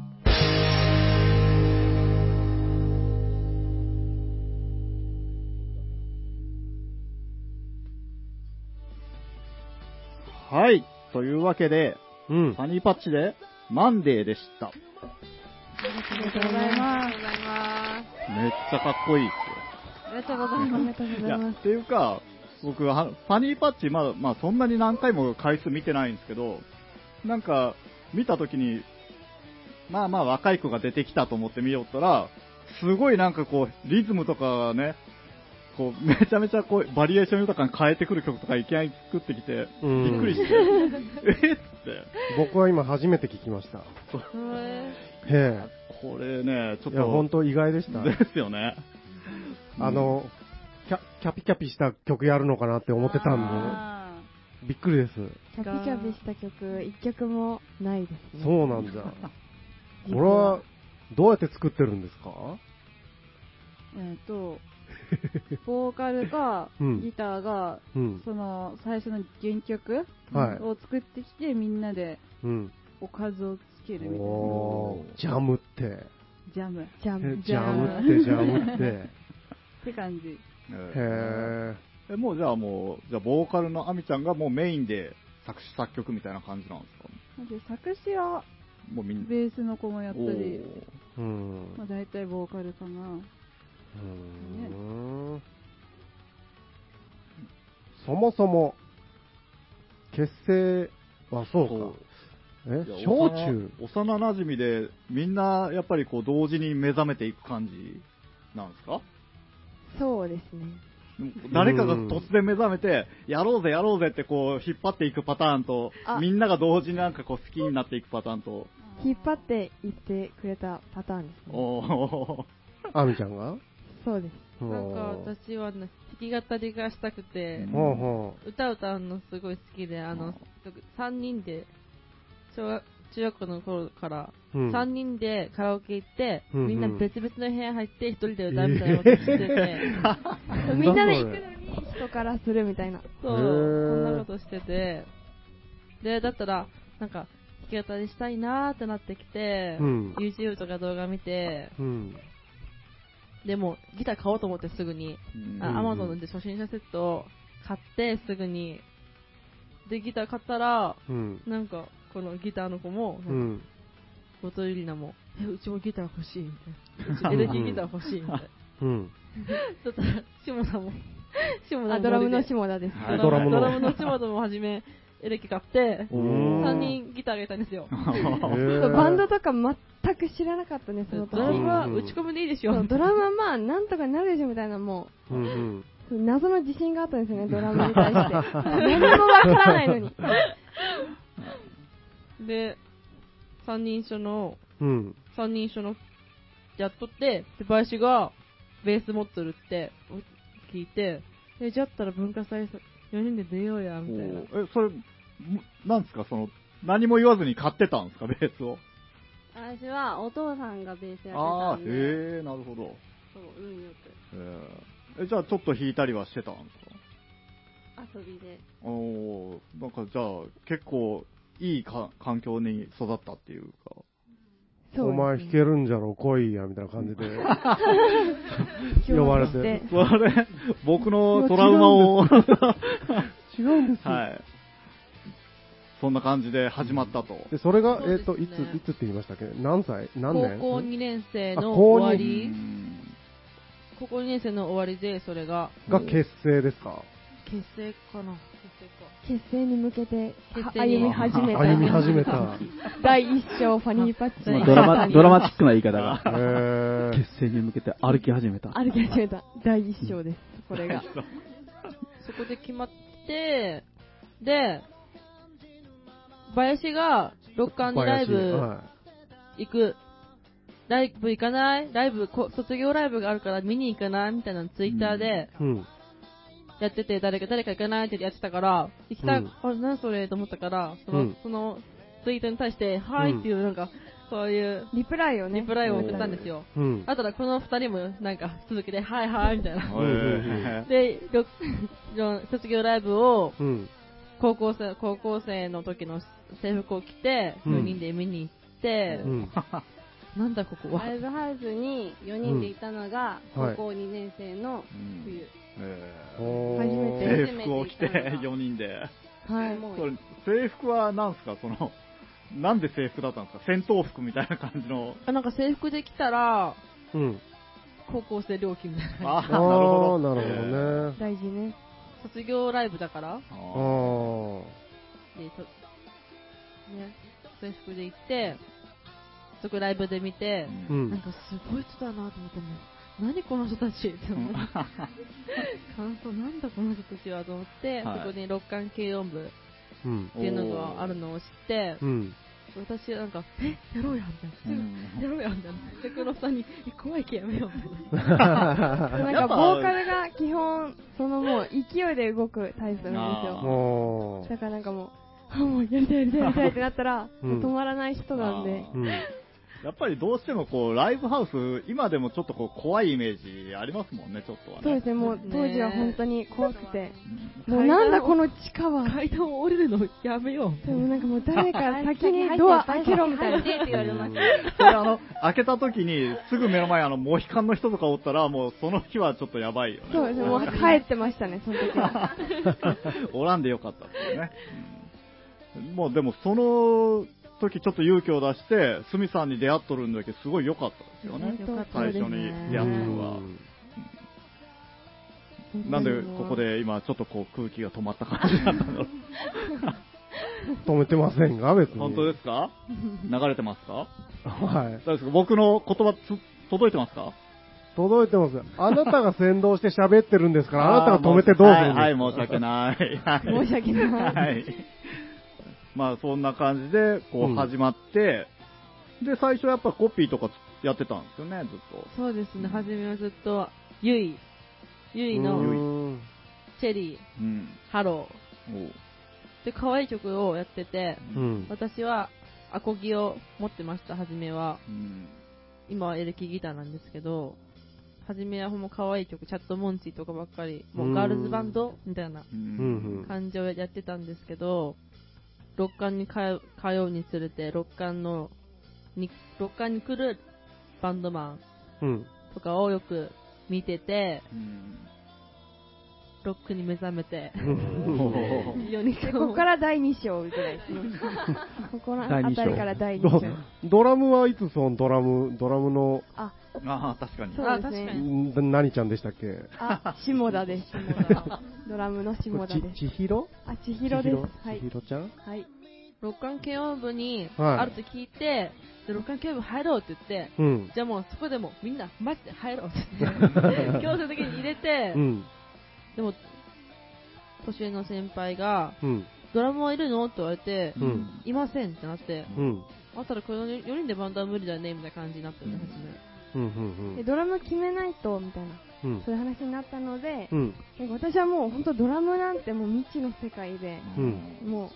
はい。というわけで、
うん。
ハニーパッチで、マンデーでした。
ありがとうございます。
めっちゃかっこいいっす
ありがとうござい
ありが
ます。
とうご
よ。い
ざ
や、
います
っ。ていうか、僕は、ファニーパッチ、まだ、まあ、そんなに何回も回数見てないんですけど、なんか、見たときに、まあまあ若い子が出てきたと思って見よったら、すごいなんかこう、リズムとかね、こう、めちゃめちゃこう、バリエーション豊かに変えてくる曲とかいきなり作ってきて、
うん
びっくりして、 えっって。
僕は今初めて聞きました。へ
これね、ちょ
え。
っ
いや、
と、
本当意外でした。
ですよね。
あの、キャキャピキャピした曲やるのかなって思ってたん
あ
で、びっくりです。
キャピキャピした曲、一曲もないです。
そうなんだ。これは、どうやって作ってるんですか
ーえっ と、ボーカルが
うん、
ギターが、
うん。
その、最初の原曲
はい
を作ってきて、みんなで
うん。
おかずをつけるみたい
おー、ジャムって。
な。ジャム。
ジャ
え
ン
ジャムって、ジャムって。へ
って感じ。
え。
えもうじゃあもう、じゃあボーカルのアミちゃんがもうメインで作詞作曲みたいな感じなんですか
で作詞は
もうみんな。
ベースの子もやった
お
り、
ー
うん。
まあ、大体ボーカルかな。
うんそもそも、結成はそうか。え
いや
小中
幼幼馴染でみんなやっぱりこう同時に目覚めていく感じなんですか
そうですね。
でも誰かが突然目覚めて、やろうぜやろうぜってこう引っ張っていくパターンと
あ、
みんなが同時になんかこう好きになっていくパターンと、
引っ張っていってくれたパターンですね。
おー
あみちゃんが
そうです。
なんか
うん
私はね弾き語りがしたくて、
うん
ほうほ
歌歌うのすごい好きで、あの、3人で、小学、中学校の頃から、
う。うん
3人でカラオケ行って、
うんうん
みんな別々の部屋入って、1人で歌うみたいなことし てて、
みんなで行くのに人からするみたいな。
そう、
へ
こ
ー
んなことしてて、で、だったら、なんか、弾き語りしたいなーってなってきて、
うん
YouTube とか動画見て、
うん。
でも、ギター買おうと思ってすぐに、
うん
あ Amazon で初心者セットを買って、すぐに、で、ギター買ったら、
うん。
なんか、このギターの子も、
う
なんか、
ん。
後藤ゆりなも、え、うちもギター欲しい、みたいな。うちエレキギター欲しい、みたいな。
うん。
だったら、下田も、下田
あ、
も
ドラムの
ノリで
下田です。
はい
ドラ
ド
ムド
ラム
ラム
の
の下田もはじめ、エレキ買って、
うん
3人ギターがいたんですよ。
そうバンドとか全く知らなかったね、その
ド
時。
ラムは
うん
打ち込みでいいでし
そ
ょ
う。ドラムはまあ、なんとかなるでしょみたいな、も
うんうん。
う、そう謎の自信があったんですよね、ドラムに対して。何もわからないのに。
で、3人一緒の、
うん。
三人一緒のやっとって、で、バイシがベース持っとるって聞いて、え、じゃったら文化祭4人で出ようや、みたいな。
おーえ、それ、むなんですか、その、何も言わずに買ってたんですか、ベースを。
私はお父さんがベース
あ
やってた
あ、
んで、
へえ、なるほど。
そう、運よく
えーえじゃあ、ちょっと弾いたりはしてたんですか
遊びで。
おおーなんかじゃあ、結構、いいか環境に育ったっていうか。
そう
お前弾けるんじゃろ、来いや、みたいな感じ で。
ですね
呼ばれて
今日はです
そ
ね
れ、僕のトラウマを、
違うんです よ。
はい。そんな感じで始まったと。
で、それが、
そう
え
で
っ、
すね
と、いつ、いつって言いましたっけ何歳何
高
年
校2年生の
あ高二
終わ
う
り
ん
高校2年生の終わりで、それが、
が結成ですか
結成かな
結成に向けて、
結
は
成に
歩み始めた。
歩み始め た。
第一章、ファニーパッチ。
まあド ラマ、ドラマチックな言い方
へ
が、
ー
結成に向けて歩き始めた。
歩き始めた。第一章です、これが。
そこで決まって、で、林が、ロッカーにライ
小林
ブ
は
行く。ライブ行かないライブ、こ卒業ライブがあるから見に行かないみたいなのツイッターで、
い。うん。
やってて、誰か、誰か行かないってやってたから、行きたい、
うん
あ、なんそれと思ったから、その、
うん
そのツイートに対して、はいっていう、なんか、そういう、
リプライをね。
リプライを送ったんですよ。
うん。
あとはこの二人も、なんか、続けて、はいはい、みたいな。
へー
で、ろ卒業ライブを、
うん。
高校生、高校生の時の制服を着て、
うん
4人で見に行って
う、ん。
なんだここは
ラ。イブハウスに4人でいたのが、
うんはい
高校2年生の冬。
えー
おー
初めて
制服を着て4人で。
はい。
もう
これ制服は何すかその、なんで制服だったんですか戦闘服みたいな感じ の。
あなんか制服で来たら、
うん。
高校生料金みたいな
あ
あ
ー
あー、なるほ
えー
どね。
大事ね。
卒業ライブだから、
あ
あ
ー
ー
で、とね、制服で行って、そこライブで見て、
う
うん
なん
ん。
かすごい人だなと思っても、何この人たちって思って、感想なんだこの人たちはと思って、
はい
そこに六巻軽音部
うん
っていうのがあるのを知って
う、ん。
私なんか、え、やろうやみたいな。
うん
やろうやみたいな。で、黒さんに、え怖いけやめようみたいな。
なん
や
か
っぱ
ボーカルが基本、そのもう勢いで動くタイプなんですよ。
おー
だからなんかもう、あ、もうやりたいやりたいやりたいってなったら、
うん
止まらない人なんで。
あ
うん。
やっぱりどうしてもこう、ライブハウス、今でもちょっとこう、怖いイメージありますもんね、ちょっとはね。
そうですね、もう
ね
当時は本当に怖くて。
うん
もうなんだこの地下は。
階段を降りるのやめよう。
でもなんかもう誰か先にドア開けろみたいな。
入ってって言われまし
それあの、開けた時に、すぐ目の前あの、モヒカンの人とかおったら、もうその日はちょっとやばいよね。
そうですね、もう帰ってましたね、その時 は。
おらんでよかったっていうね。うんもうでもその時ちょっと勇気を出して、スミさんに出会っとるんだけど、すごい良かったですよね。
本当
最初に出会ったのは。なんでここ。で今ちょっとこう空気が止まった感じになったんだろ
止めてませんが、別
う。
に。
本当ですか流れてますか
はい。
大丈夫ですか僕の言葉つ届いてますか
届いてますよ。あなたが先導して喋ってるんですから、あなたが止めてどうす
はい、
るん
は
で
い、申し訳ない。はい
申し訳な い。
は い。まあそんな感じで、こ
うん
う始まって、で、最初やっぱコピーとかやってたんですよね、ずっと。
そうですね、初めはずっと、ゆい、ゆ
す
い
か。
の、
の。
チェリー、
うん。
ハロ
おう
ー。で、可愛い曲をやってて、
うん。
私は、アコギを持ってました、初めは。
うん。
今はエレキギターなんですけど、初めはほんま可愛い曲、チャットモンチーとかばっかり、も
うん
うガールズバンドみたいな
う。
うんん。
感じをやってたんですけど、六冠に通う通うにつれて、六冠の、に、六冠に来るバンドマ
う
ン
ん。
とかをよく見てて、
うん
ロックに目覚めて、
おう
4人と
でここ
も
から第2章ぐらいですね。ここら辺りから第2
どう
章。
ドラムはいつそのドラム、ドラムの、
あ、
ああ、確かに。
そうで
あ
す
確か
ね。
ん何ちゃんでしたっけ
あ、下田です。ドラムの下田です。
ちひろ
あ、千尋です。は
ち
い
ひ。ろちゃん
はい。
六冠軽音部に、
はい
あると聞いて、で六冠軽音部入ろうって言って、
うん。
じゃあもうそこでもうみんなマジで入ろうって強制的に入れて、
うん。
でも年上の先輩が
うん。
「ドラムはいるの?」って言われて
う
うんん。
「いません」ってなって
うん。
「あったらこの4人でバンドは無理だね」みたいな感じになったよね初め
うん。うん。
でドラム決めないと、みたいな、
うん。
そういう話になったので、
うん。
なんか私はもう本当ドラムなんてもう未知の世界で、
うん
もう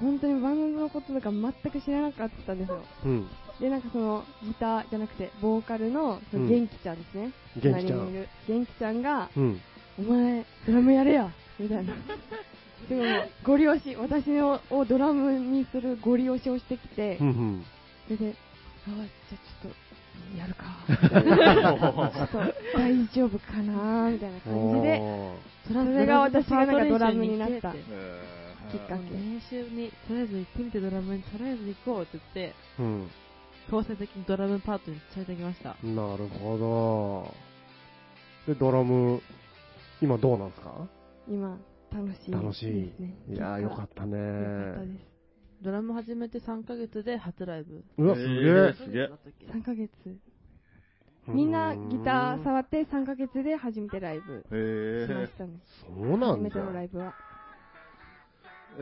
本当にバンドのこととか全く知らなかったんですよ。
うん。
で、なんかそのギターじゃなくて、ボーカルのそうの
ん
元気ちゃんですね。
元気ちゃん
隣にいる元気ちゃんが、
うん。
お前、ドラムやれやみたいな。でも、ゴリ押し、私ををドラムにするゴリ押しをしてきて、
うん。
それで、ああ、じゃあちょっと、やるか。 ちょっと、大丈夫かなみたいな感じで、それが私がなんかドラムになったきっ
え
かけ。
練習にとりあえず行ってみてドラムにとりあえず行こうって言って
うん。
強制的にドラムパートに連れてきました
なるほど。で、ドラム、今どうなんですか
今、楽しい。
楽しい。
ですね
いやー、よかったね
よかったです。
ドラム始めて3ヶ月で初ライブ
うわ、す
え
げ
すげえ
だったっけ
3ヶ月。
え。
みんなギター
さ
触って3ヶ月で初めてライブ
へえ
しましたね。
そうな
初
ん
め
だ
て。のライブは。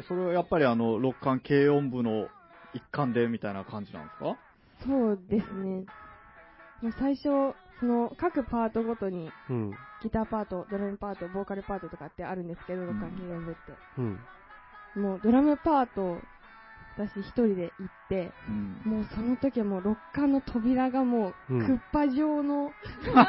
それはやっぱりあの、六巻軽音部の一環でみたいな感じなんですか
そうですね。もう最初、その各パートごとに
うん。
ギターパート、ドラムパート、ボーカルパートとかってあるんですけど、六巻軽音部って。
うん。
もうドラムパート私一人で行って、
うん
もうその時はもう六感の扉がもう、
うん
クッパ状 の、なん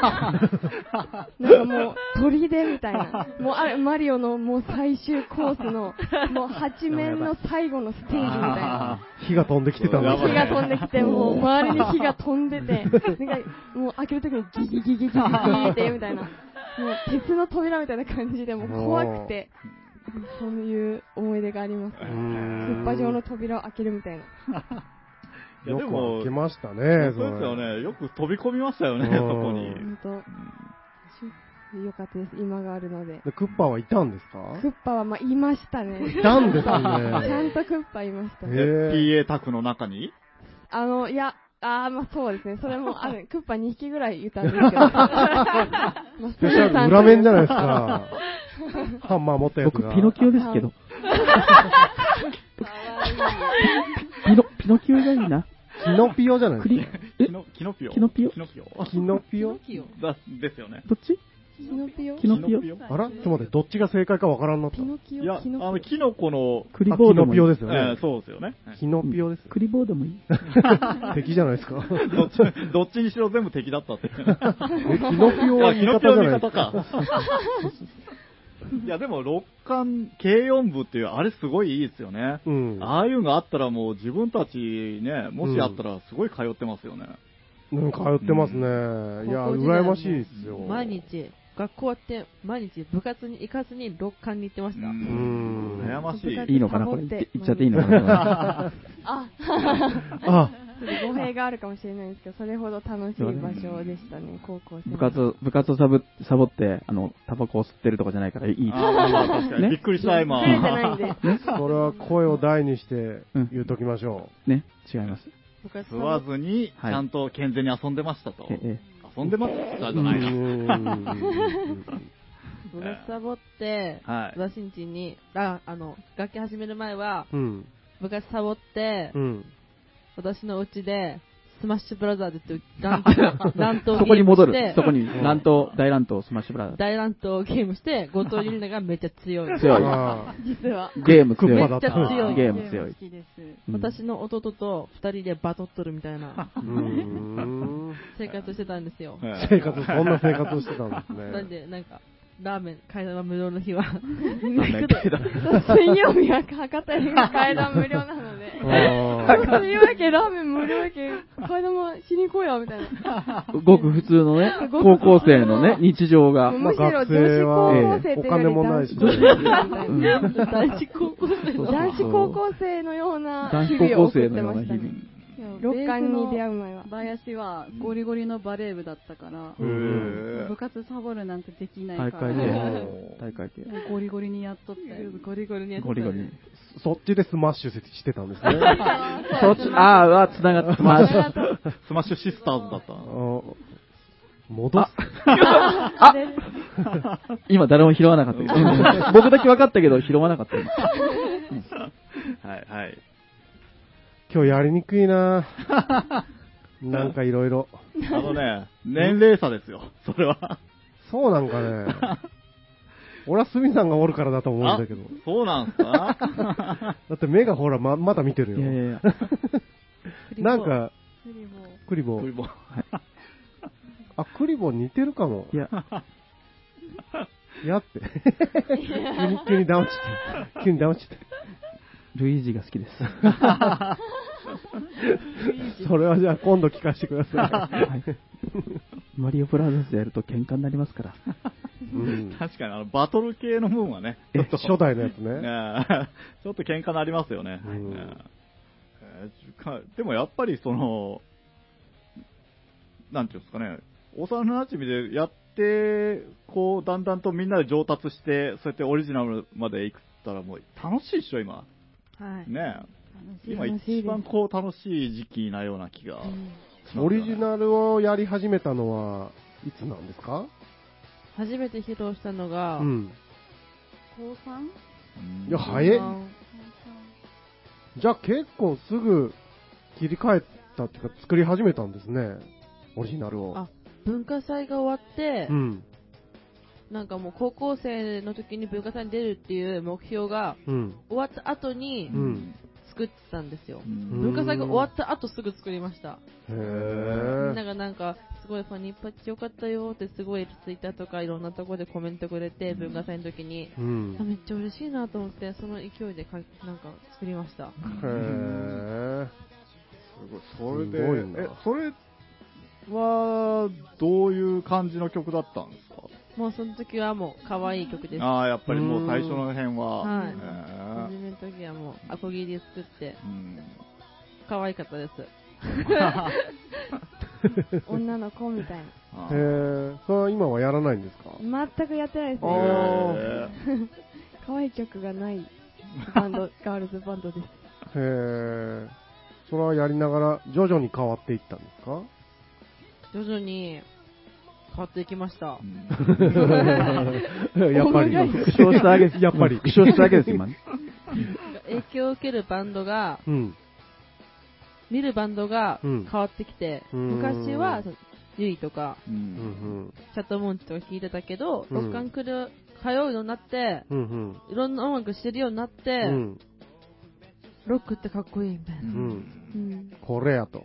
かもう鳥でみたいな、もうあマリオのもう最終コースの、もう八面の最後のステージみたいな。
あ
火が飛んできてたん
や
だ
ばい
火が飛んできて、もう周りに火が飛んでて、なんかもう開けるときにギギギギギギギってみたいな、もう鉄の扉みたいな感じで、もう怖くて、そういう思い出があります。
うー
ク
ん
ッパ状の扉を開けるみたいな。
ーいや
よ
で
く
も
開けましたね。
そうですよ
れ。
ね。よく飛び込みましたよね、
う
そ
ん
こに。
本当、よかったです。今があるので。
でクッパはいたんですか
クッパはまあいましたね。
いたんです
ちゃん
ね。
とクッパいました。
へー
PA 宅の中に
あの、いや、あーまあそうですね。それ もある。クッパ2匹ぐらいいたんですけど。
スペシャル裏面じゃないですか。ハンマー持ったやつ
僕、
が。
ピノキオです けど。ピノ、ピノキオがいいな。
キノピオじゃない
ク
で
リ
すか。、
え
キノキノピオ
キノピオ
キノピオ
キノピオ
キノ
だですよね。
どっち
キノピオ
キノピオ。
あらちょっと待って、どっちが正解かわからんなった
ピ。ノキ
いや、
オ、
あ
キノピオ
の、。キノコの、
クリボード
あキノ
もい
ピ
い
オ。ですよ
え
ね
ー。そうですよね。はい
キノピオですよ。
クリボードもいい。
敵じゃないですか。え
どっちどっちにしろ全部敵だったって。
キノピオは
あ、キ
言い
ノ
方
ピ
じ
オ
ゃ
の
な
味方
いですか。
か。いや、でも、六巻、軽音部っていう、あれすごいいいですよね。
うん。
ああいうのあったらもう自分たちね、もしあったらすごい通ってますよね。
うん、通ってますね。いや、
高校時代
羨ましいですよ。
毎日、学校って毎日部活に行かずに六巻に行ってました。
うん
うん
悩ましい。
いいのかなこれ、
サボって
言って言っちゃっていいのかな
あ、
あ、
ちょっと語弊があるかもしれないですけど、それほど楽しい場所でしたね、高校生。
部活を、部活をサボサボって、あの、タバコを吸ってるとかじゃないからいいです。
あーまあまあ確かに
ね
びっくりした、今。
ずれてないんで。
それは声を大にして
うん
言うときましょ
ね、違います。
部活
吸わずに、ち
はい
ゃんと健全に遊んでましたと。
ええ
遊んでました
う。
じゃないな。
部活サボって、
はい
私んちに、ああの、楽器始める前は、
うん。
部活サボって、
うん。
私の家で、スマッシュブラザー ズっていう乱闘乱闘
そこに戻
ゲーム
る。
して
そこに、乱闘、大乱闘、スマッシュブラザ
大乱闘ゲームして、後藤ゆりながめっちゃ強い。
ー。強い。
あ
実は。
ゲーム強
ク
い。
ッ
め
パ
っ
だ
ちゃ強い。
ゲーム強い
好。きです。
うん
私の弟と二人でバトっとるみたいな
ーうーん
生活してたんですよ。
はい
生活、そんな生活をしてたんですね。
なんで、なんか、ラーメン、階段は無料の日は、
残念けど
水曜日は博多に 階段無料な ので。
あー
そういうわけ、ラーメン無料やけ、階段もしに行こうよ、みたいな。
ごく普通の ね、高校生のね、日常が。
むしろ女子高校生 というより
お金もないし
男子高校生みた
男子高
いな
校生の
男子高校生のような
男
日
子
々
高
を
校
送
生
っ
の
て
よ
ま
うな
し
日
た
々
ね。六感に出会う前は。
林はゴリゴリのバレー部だったから、
へー
部活サボるなんてできない
大
か
う
会
ら、
ん
で、大会で、
ゴリゴリにやっとったよ。
ゴリゴリにやってた
ゴリゴリ。
そっちでスマッシュしてたんですね。
そっち、あーあー、繋がってます。
スマッシュシスターズだった
あ
な。
ー戻す。
今誰も拾わなかったけ ど。僕だけ分かったけど、拾わなかった 今。
はいはい。
今日やりにくいななんかいろいろ。
あのね、年齢差ですよ、それは。
そうなんかね。俺はスミさんがおるからだと思うんだけど。
あそうなんすか
だって目がほら、ま、まだ見てる
いやい
よ。
やいや。
なんか、クリボ
クリ
ー。
ボー
あ、クリボー似てるかも。
いや、
いやって。急に、急にダウンしちゃった。急にダウンしちゃっ
ルイージが好 きです。
た。それはじゃあ今度聞かせてくださ
はい、マリオブラザーズやると喧嘩になりますから。
い。うん、
確かにあのバトル系の部分はね、 ちょっと
初代のやつね。
ね えちょっと喧嘩になりますよね。
うん
ねええーかでもやっぱりその、なんていうんですかね、幼馴染でやって、こう、だんだんとみんなで上達して、そうやってオリジナルまで行ったらもう楽しいっしょ、今。
はい。
ねえ今
楽しいで
一
す
番こう楽しい時期なような気がしますよね、
オリジナルをやり始めたのは、いつなんですか
初めて披露したのが
う、ん。
高三
うん
いや、早い。じゃあ結構すぐ切り替えたっていうか、作り始めたんですね。オリジナルを。
あ文化祭が終わって
う、ん。
なんかもう高校生の時に文化祭に出るっていう目標が
うん。
終わった後に
うん。
作ってたんですよ。
うん
文化祭が終わった後すぐ作りました。
へ
みん
え。
ながなんか、すごいファニーパッチよかったよって、すごいツイッターとかいろんなところでコメントくれて、文化祭の時に、
うん。
あめっちゃ嬉しいなと思って、その勢いでかなんか作りました。
へえ。
すごい。それ
すごい
で、
な
え、それは、どういう感じの曲だったんですか
もうその時はもう可愛い曲です。
ああ、やっぱりもう最初の辺は。
はい
へ
初
え
めの時はもうアコギで作って、
うん
可愛かったです。
女の子みたい
あ
へ
ー
え。それは今はやらないんですか
な。 全くやってないです
あ
ね。
ー
へ
可愛い曲がないバンド、ガールズバンドで
へ
す。
え。それはやりながら徐々に変わっていったんですか
徐々に変わっていきました
えう。ん
やっぱり。
苦笑したわけです。
やっぱり
苦笑したわけです、今ね。
影響を受けるバンドが、
うん。
見るバンドが
うん
変わってきて、
うん
昔はそのユイとか
う
うんん
チャットモンチとか聞いてたけど、
うん
ロッカンクル通うようになって、
うん。うん
いろんな音楽してるようになって、
うん。うん。
ロックってかっこいいみたいな。
うん。
うん
これやと。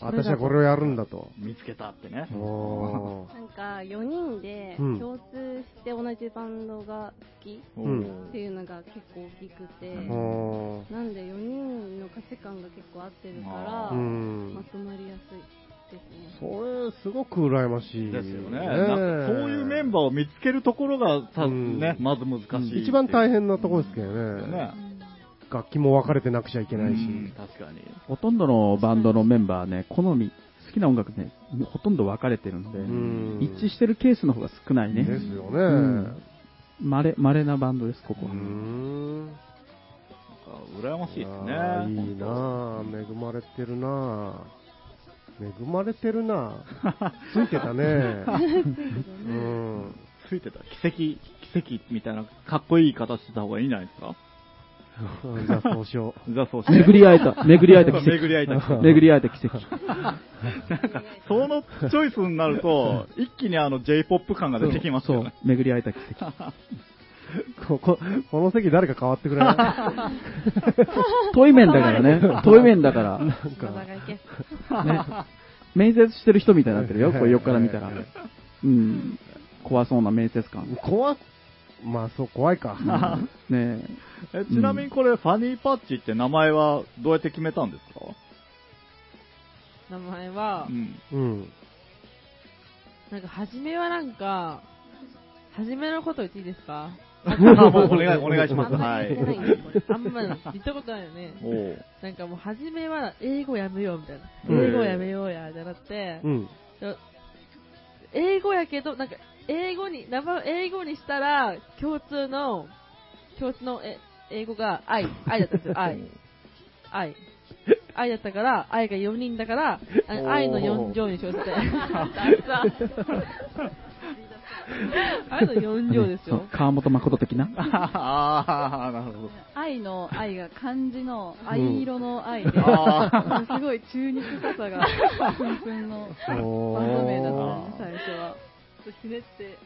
私はこれをやるんだと。
見つけたってね。
おー
なんか4人で
うん
共通して同じバンドが好き
お
うん
ー
っていうのが結構大きくて、
お
なんで4人の価値観が結構合ってるから、
ー。うん
ま。とまりやすいです
そ
ね。
れ、すごく羨ましい。
ですよね。なんかそういうメン
バ
バーを見つけるところが、さ
うん
ね、まず難しい。
一番大変なとこですけどね。
ね。
楽器も分かれてなくちゃいけない
う
し。
ん確かに。
ほとんどのバンドのメンバーね、好み、好きな音楽ね、ほとんど分かれてるので、
うん
一致してるケースの方が少ない
で
ね。
すよ
う
ね
ん。稀稀なバンドです、こ
う
こは。
ん。
なんか羨ましいですね
あー。いいなあ恵まれてるなあ恵まれてるな あついてたね。うん。
ついてた奇跡、奇跡みたいな、かっこいい形した方がいいんじゃないですか
じゃあそうしよ
ザ・そうして。
巡り合え た、巡り合えた奇跡。
巡り合えた奇跡
巡り合えた奇跡。
そのチョイスになると、一気にあの J-POP 感が出てきますよね。
そう、巡り合えた奇跡。
う。こ こ、この席誰か変わってくれな
遠い面だからね。遠い面だから。
島田が行け。
ね、面接してる人みたいになってるよ、これ横から見たら。うん。怖そうな面接
い
感。
怖っまあそう、怖いか。
ね
えちなみにこれ、ファニーパッチって名前はどうやって決めたんですか
名前は
う、ん。
うん。
なんか初めはなんか、初めのこと言っていいですか
あもうお願い、お願いします。
あんま
は
り
い
言。ってないんです、これ。
あんまり言ったことないよね。
おう
なんかもう初めは英語やめようみたいな。
うん
英語やめようや、じゃなくて
う、ん。
英語やけど、なんか英語に、名前を英語にしたら、共通の、共通のえ英語が愛、愛だっ たんですよ、愛。愛。愛だったから、愛が4人だから、あの愛の4乗にしよう って。愛の4乗です
そう
よ。
川本誠的な。
ああ、なるほど。
愛の愛が漢字の藍色の愛で、
あ
すごい中肉ささが、プンプンの
バン
バンド名だったんです、最初は。
ひねって、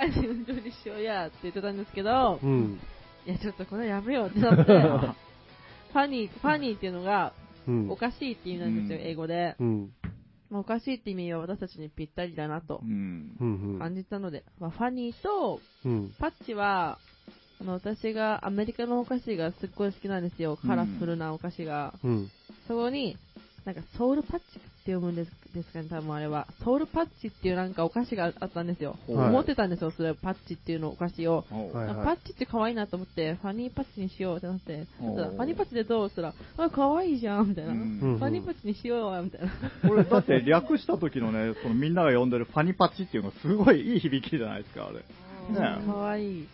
愛の4乗にしようやって言ってたんですけど、
うん。
いや、ちょっとこれやめようって なって、ファニー、ファニーっていうのが、
うん
お。かしいって意味なんですよ、
うん
英語で。
うん。
まあ、おかしいって意味は私たちにぴったりだなと
うん
う。ん。
感じたので、まあ、ファニーと
うん。
パッチは、まあ、私がアメリカのお菓子がすっごい好きなんですよ、カラフルなお菓子が。
うん。
そこに、なんかソウルパッチって読むんですですかね、多分あれは。ソウルパッチっていうなんかお菓子があったんですよ。
はい
思ってたんですよ、それパッチっていうのお菓子を。
おう
はいはい
パッチって可愛いなと思って、ファニーパッチにしようってなって、そしたら
おー
ファニーパッチでどうしたら、あ、可愛いじゃん、みたいうな。
うんん
ファニーパッチにしようよ、みたいな。
こ れだって略した時のね、そのみんなが呼んでるファニパチっていうのすごいいい響きじゃないですか、あれ。ねえ
かわいい。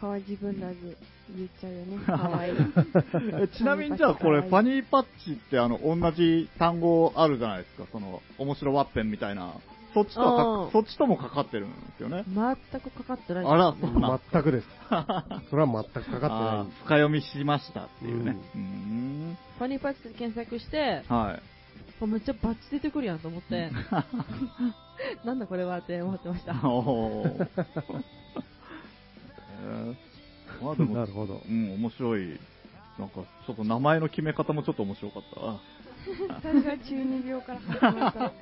可愛い自分らず言っちゃうよ ね。可愛い。
えちなみにじゃあこれ、ファニーパッチってあの、同じ単語あるじゃないですか、その、面白ワッペンみたいな。そっちとは
うん
か、そっちともかかってるんですよね。
全くかかってない。
あら、そうなん
全くです。それは全くかかってない
あー深読みしましたっていうね。うん。
ファニーパッチで検索して、
はい。
あめっちゃバッチ出てくるやんと思って、なんだこれはって思ってました。
おーえーまあでも
なるほど
う。ん、面白い。なんか、ちょっと名前の決め方もちょっと面白かったわ。
私は中二病から始まった。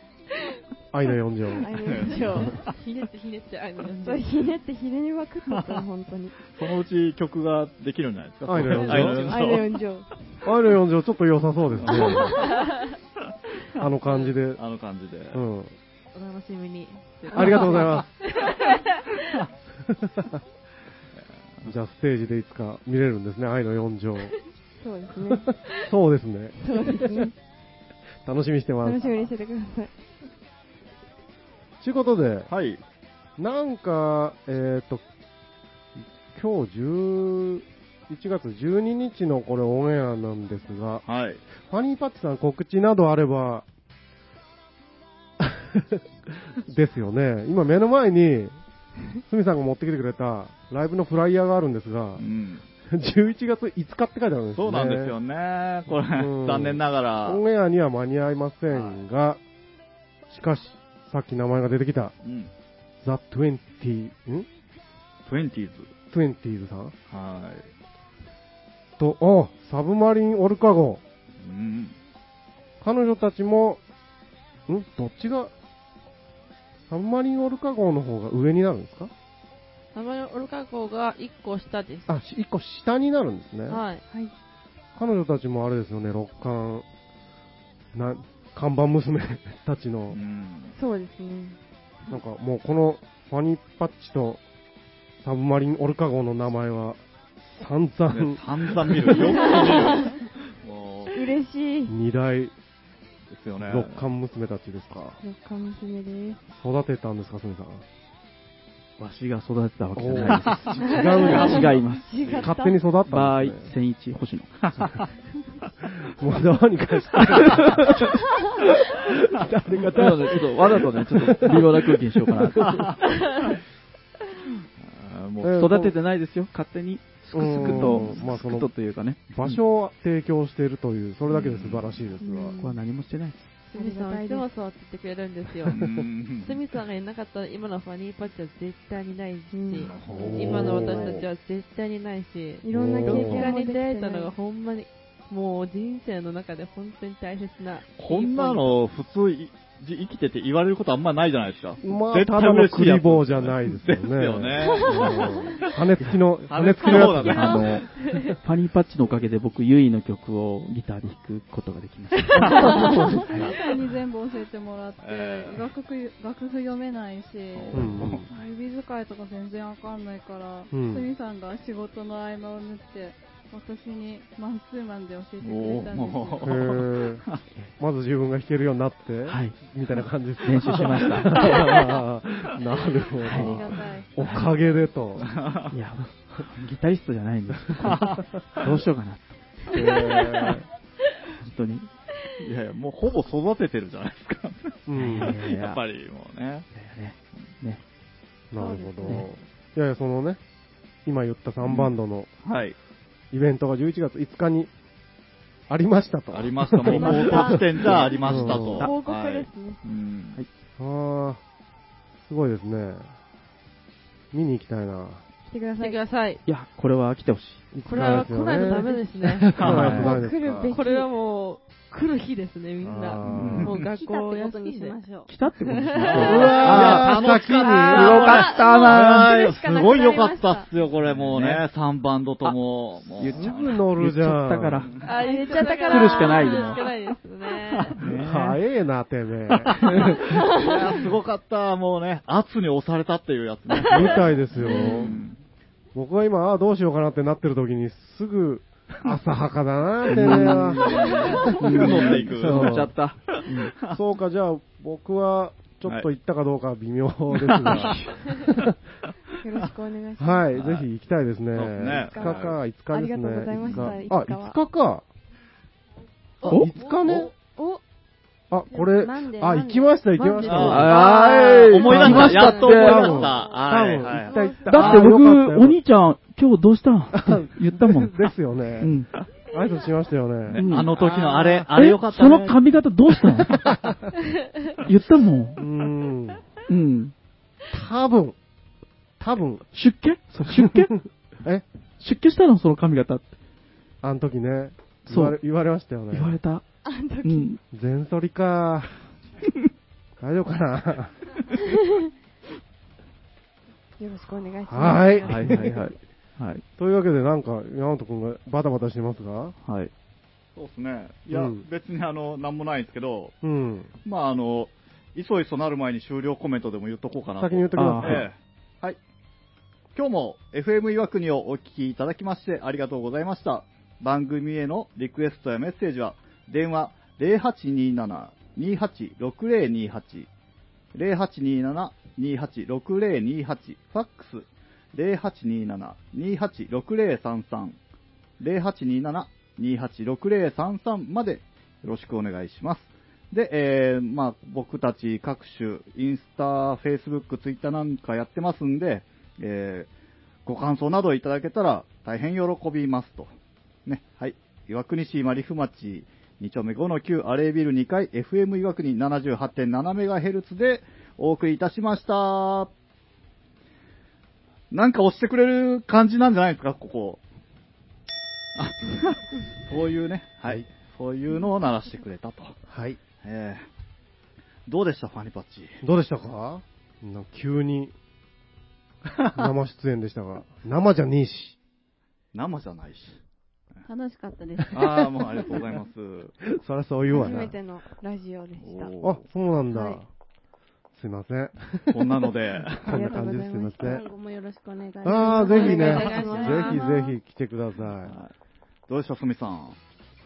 愛の四条。
あれでしょう。
ひねってひねって、あの、
そうひねってひねりまくったから本当に。
そのうち曲ができるんじゃないですか。
愛の四条
愛の
アイレ
四
オン上。
愛の四条ちょっと良さそうですね。あの感じで。
条あの感じで。
うん。
お楽しみに。
ありがとうございます。じゃあステージでいつか見れるんですね、愛の四条。
そうですね。
そうです ね。
そうですね。
楽しみにしてます。
楽しみにしててください。
ちゅうことで、
はい。
なんか、えっ、と、今日10 1月12日のこれオンエアなんですが、
はい。
ファニーパッチさん告知などあれば、 ですよね。今目の前に、すみさんが持ってきてくれたライブのフライヤーがあるんですが
う、ん。
11月5日って書いてあるんですね。
そうなんですよね。これ、
うん
残念ながら。
オンエアには間に合いませんが、しかし、さっき名前が出てきた、
うん。
ザ・トゥエンティん
20s。
トゥエンティーズさん
は
と、あ、サブマリン・オルカゴ。
い。うん。
彼女たちも、んどっちが、サブマリン・オルカ号の方が上になるんですか
名前のオルカ号が1個下です。
あ、し一個下になるんですね。
はい。
彼女たちもあれですよね、六冠、な、看板娘たち
う
の、
ん。
そうですね。
なんかもうこのファニーパッチとサブマリン・オルカ号の名前は、散々
ね、散々見る。よく見る。もう、
嬉しい。
二大
ですよね。
六冠娘たちですか。
六日娘です。
育てたんですか、すみさん。
わしが育てたわけじゃ
お
ないです。
ー違う
違い ます。
勝手に育った
バ
ん
イ
です、ね。
千 一、星野。
もう何に返して。誰が
なのでちょっとわざとね、ちょっと微妙な空気にしようかな。
あーもう、
えー
育ててないですよ、勝手に。すくすくと
う、んまあ
すくすくとというかね。
場所を提供しているという、それだけで素晴らしいですが。
ここは何もしてないです。
すみさんはいつもそうって言ってくれるんですよ
う。ん
すみさんがいなかったら今のファニーパッチは絶対にないし、
ん
今の私たちは絶対にないし、
いろんな経
どこか
験もで
に出
きて
会えたの
な
が
い。
ほんまに、もう人生の中で本当に大切な。
こんなの普通いじ生きてて言われることあんまないじゃないですか。
まあ、
絶
た
対
だの
嬉
ク
しいや
リ
つ
ボーじゃないですよね。
ですよね
うん羽根付きの、
羽
羽
根
根付
付
き
き
の
のや
やつ
つだ
だね。
ね
あの、
ファニーパッチのおかげで僕、ユイの曲をギターで弾くことができました。
皆さんに全部教えてもらって、
ええ
楽譜楽譜読めないし、
うんうん
指使いとか全然わかんないから、す
うん
みさんが仕事の合間を縫って、私にマンツーマンで教えてくれたんですよ
お
へー まず自分が弾けるようになって、
はい
みたいな感じです。
練習しました
なるほど。
ありがたい。
おかげでと。
いや、ギタリストじゃな いんです。どうしようかなと。
へー
本当に。
いやいや、もうほぼ育ててるじゃないですか。
うん。なる
いや
やっぱりもうね。
ね。ね。
ほど。いやいや、そのね、今言った3バンドの
はい。
イベントが11月5日にありましたと。
ありました。もう冒頭地点じゃありましたと。
報告
はい
ですね。
うん
はい
ああ、すごいですね。見に行きたいな。
来てくだ
来
さ
て
い
く。ださい。
いや、これは来てほしい。
これは来ないとダメ
す
ですね。
よね。来ないとダメです
来るべ
か。
これはもう、来る日ですね、みん
あー
な。もう学
来た
校
ってこ
休
と
ん
にし
で。
ましょう。
来たってことですね。
うわ
あ
ー、
ー
楽しかった
よ
かった
は
な
ーいすごい良かったっすよ、これもうね。3バンドとも。もう
言っち
す
ゃう
ぐ乗
言
る
っ
じ
ち
ゃん。
ゃったから。
あ、言っちゃったから。
来るしかないよ
来るしかないですね。
早
ね
えな、てめ え。
いやーすごかった。もうね、圧に押されたっていうやつね。
みたいですよ。
うん
僕は今、ああ、どうしようかなってなってる時に、すぐ、浅はかだな、てめえは。
すぐ乗っていく。
そう
乗っちゃった。
そうか、じゃあ、僕は、ちょっと行ったかどうかは微妙ですが。
よろしくお願いします。
はい、ぜひ行きたいですね。
そうですね
5日か、5日ですね。
ありがとうございました
5日あ、
5
5日
日
か。あ、
お
5日ね。
お、
あ、これ、
なんで
あ、行きました、行きま
なん
した。
あ
思い出した。やっと思い出
多
し
分
た。
多
はい
分、
はい
行った行った。
だって
あ
僕、
よかた
お兄ちゃん、今日どう したんって言った もん。
ですよ
う
ね。
ん。
挨拶しましたよね。
うん
あの時のあれ、あれよかった
え
ね。
その髪型どう したん言ったも。
うんん。
うん。
多分、多分、
出家そう出家
え
出家したのその髪型って。
あの時ね。言
そう
われ言われましたよね。
言われた。
あの時、
うん。
全剃り か。大丈夫かな。
よろしくお願いします。
はい。
はいはいはい。はい。
というわけで、なんか、山本くんがバタバタしてますが。
はい。
そうですね。いや、
うん
別にあの、なんもないんですけど、
うん。
まああの、いそいそなる前に終了コメントでも言っとこうかなと。
先に言っときます
ええはい。今日も FM 岩国をお聞きいただきましてありがとうございました。番組へのリクエストやメッセージは、電話0827-286028、0827-286028、ファックス0827-286033、0827-286033までよろしくお願いします。で、えーまあ、僕たち各種、インスタ、フェイスブック、ツイッターなんかやってますんで、えーご感想などいただけたら大変喜びますと。ね、はい。岩国市マリフ町、2丁目5の9、アレービル2階、FM 岩国 78.7MHz でお送りいたしました。なんか押してくれる感じなんじゃないですか、ここ。あ、そういうね、はい。そういうのを鳴らしてくれたと。
はい。
ええどうでした、ファニパッチ。
どうでしたかなんか急に、生出演でしたが。 生じゃねえし。
生じゃ ないし。
楽しかったです。
ああ、もうありがとうございます。
そりゃそう言うわ
初
な。
め
あ、
てのラジオでした。
おー
そうなんだ。
はい
すいません。
こんなので、
こんな感じですいません
今。後もよろしくお願いします。
ああ、ぜひね
お願いしま、
ぜひぜひ来てくださ
どうでした、すみさん。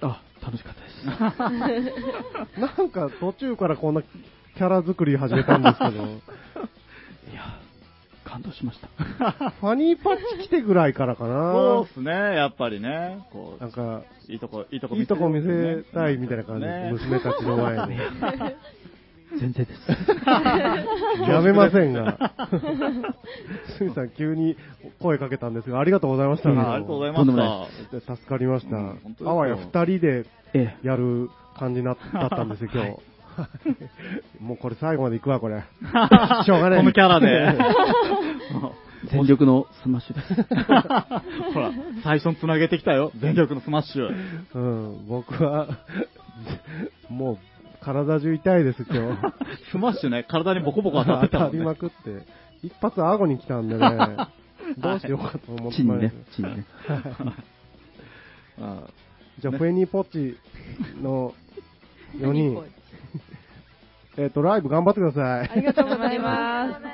あ、楽しかったです。
い。なんか途中からこんなキャラ作り始めたんですけ ど、
いや、感動しました。
ファニーパッチ来てぐらいからか
そう
な
っ。すね、やっぱりね。こ
なんか、
う、いいとこ、いいとこ
いいとこ見せたいみたいな感じ
ね
です、娘たちの前に。
全然です。
や めませんが。すみさん、急に声かけたんですが、ありがとうございました。
あありがとうございま
とん
し
でもな
た。
助かりました。
うん本当ですよ
あわや二人で
ええ。
やる感じになだったんですよ、今日。 もうこれ最後まで行くわ、こ れ。しょうがない。
このキャラ で。
全力のスマッシュです。
ほら、最初に繋げてきたよ。全力のスマッシュ。
うん、僕は、 もう、体中痛いです、今日。
スマッシュね、体にボコボコ当たってたもん
り
ね
ま。くって。一発顎に来たんでね、 どうしようかと思っ
チ
て
ン
ま
に
す
ね。、チンにね。
ああ
じゃあ、フェニーポッチの4人、えっと、ライブ頑張ってくださ
あ
い。
りがとうご
頑張
ざ い
り
ま
ます。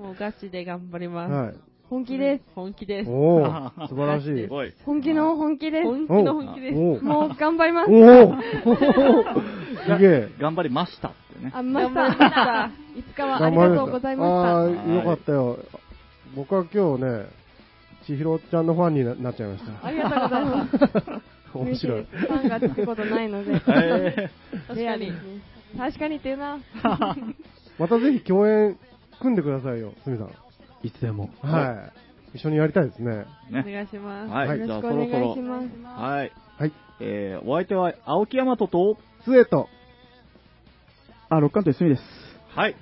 もうガチで頑張ります。
は
す。本気です。
本気で
い。
す。
おー、素晴らし
す
い。
ごい。
本気の本気です。
本気の本気です。
おー、
もう頑張りま
お
す。
ー、すげえ。
頑張りましたってね。
あ、ました。いつかはありがとうござい
ああ
まし。
ー、よかったよ。僕は今日ね、千尋ちゃんのファンにななっちゃいました
あ
た。
りがとうございます。
面白い
嬉し。ですファンがつくことないので。
え
確かに。
確かにっていうな。
またぜひ共演組んでくださいよ、すみさん。
いつでも。
はい。一緒にやりたいですね。
ーね
お願いします。
は、
はいい
じ
よ
ゃあそ
ろしくお
ろ
願い
そろ
し。ます。
はい。
はい。
えー、お相手は青木大和と、
杖と、
あ、六巻と一緒にです。
はい。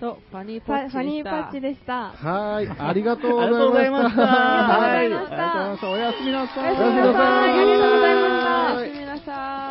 と、ファニー
フ
パッ
ァ
チでした。
ファ
はー
ニーパッチでした。
い。ありがとう
あり
ござ
が
い
とうござい
ま
ま
し。
したた。
は。
はいい。ありがとうございました。おやすみなさい。
おやすみなさい
ありがとうございました。おやすみなさい。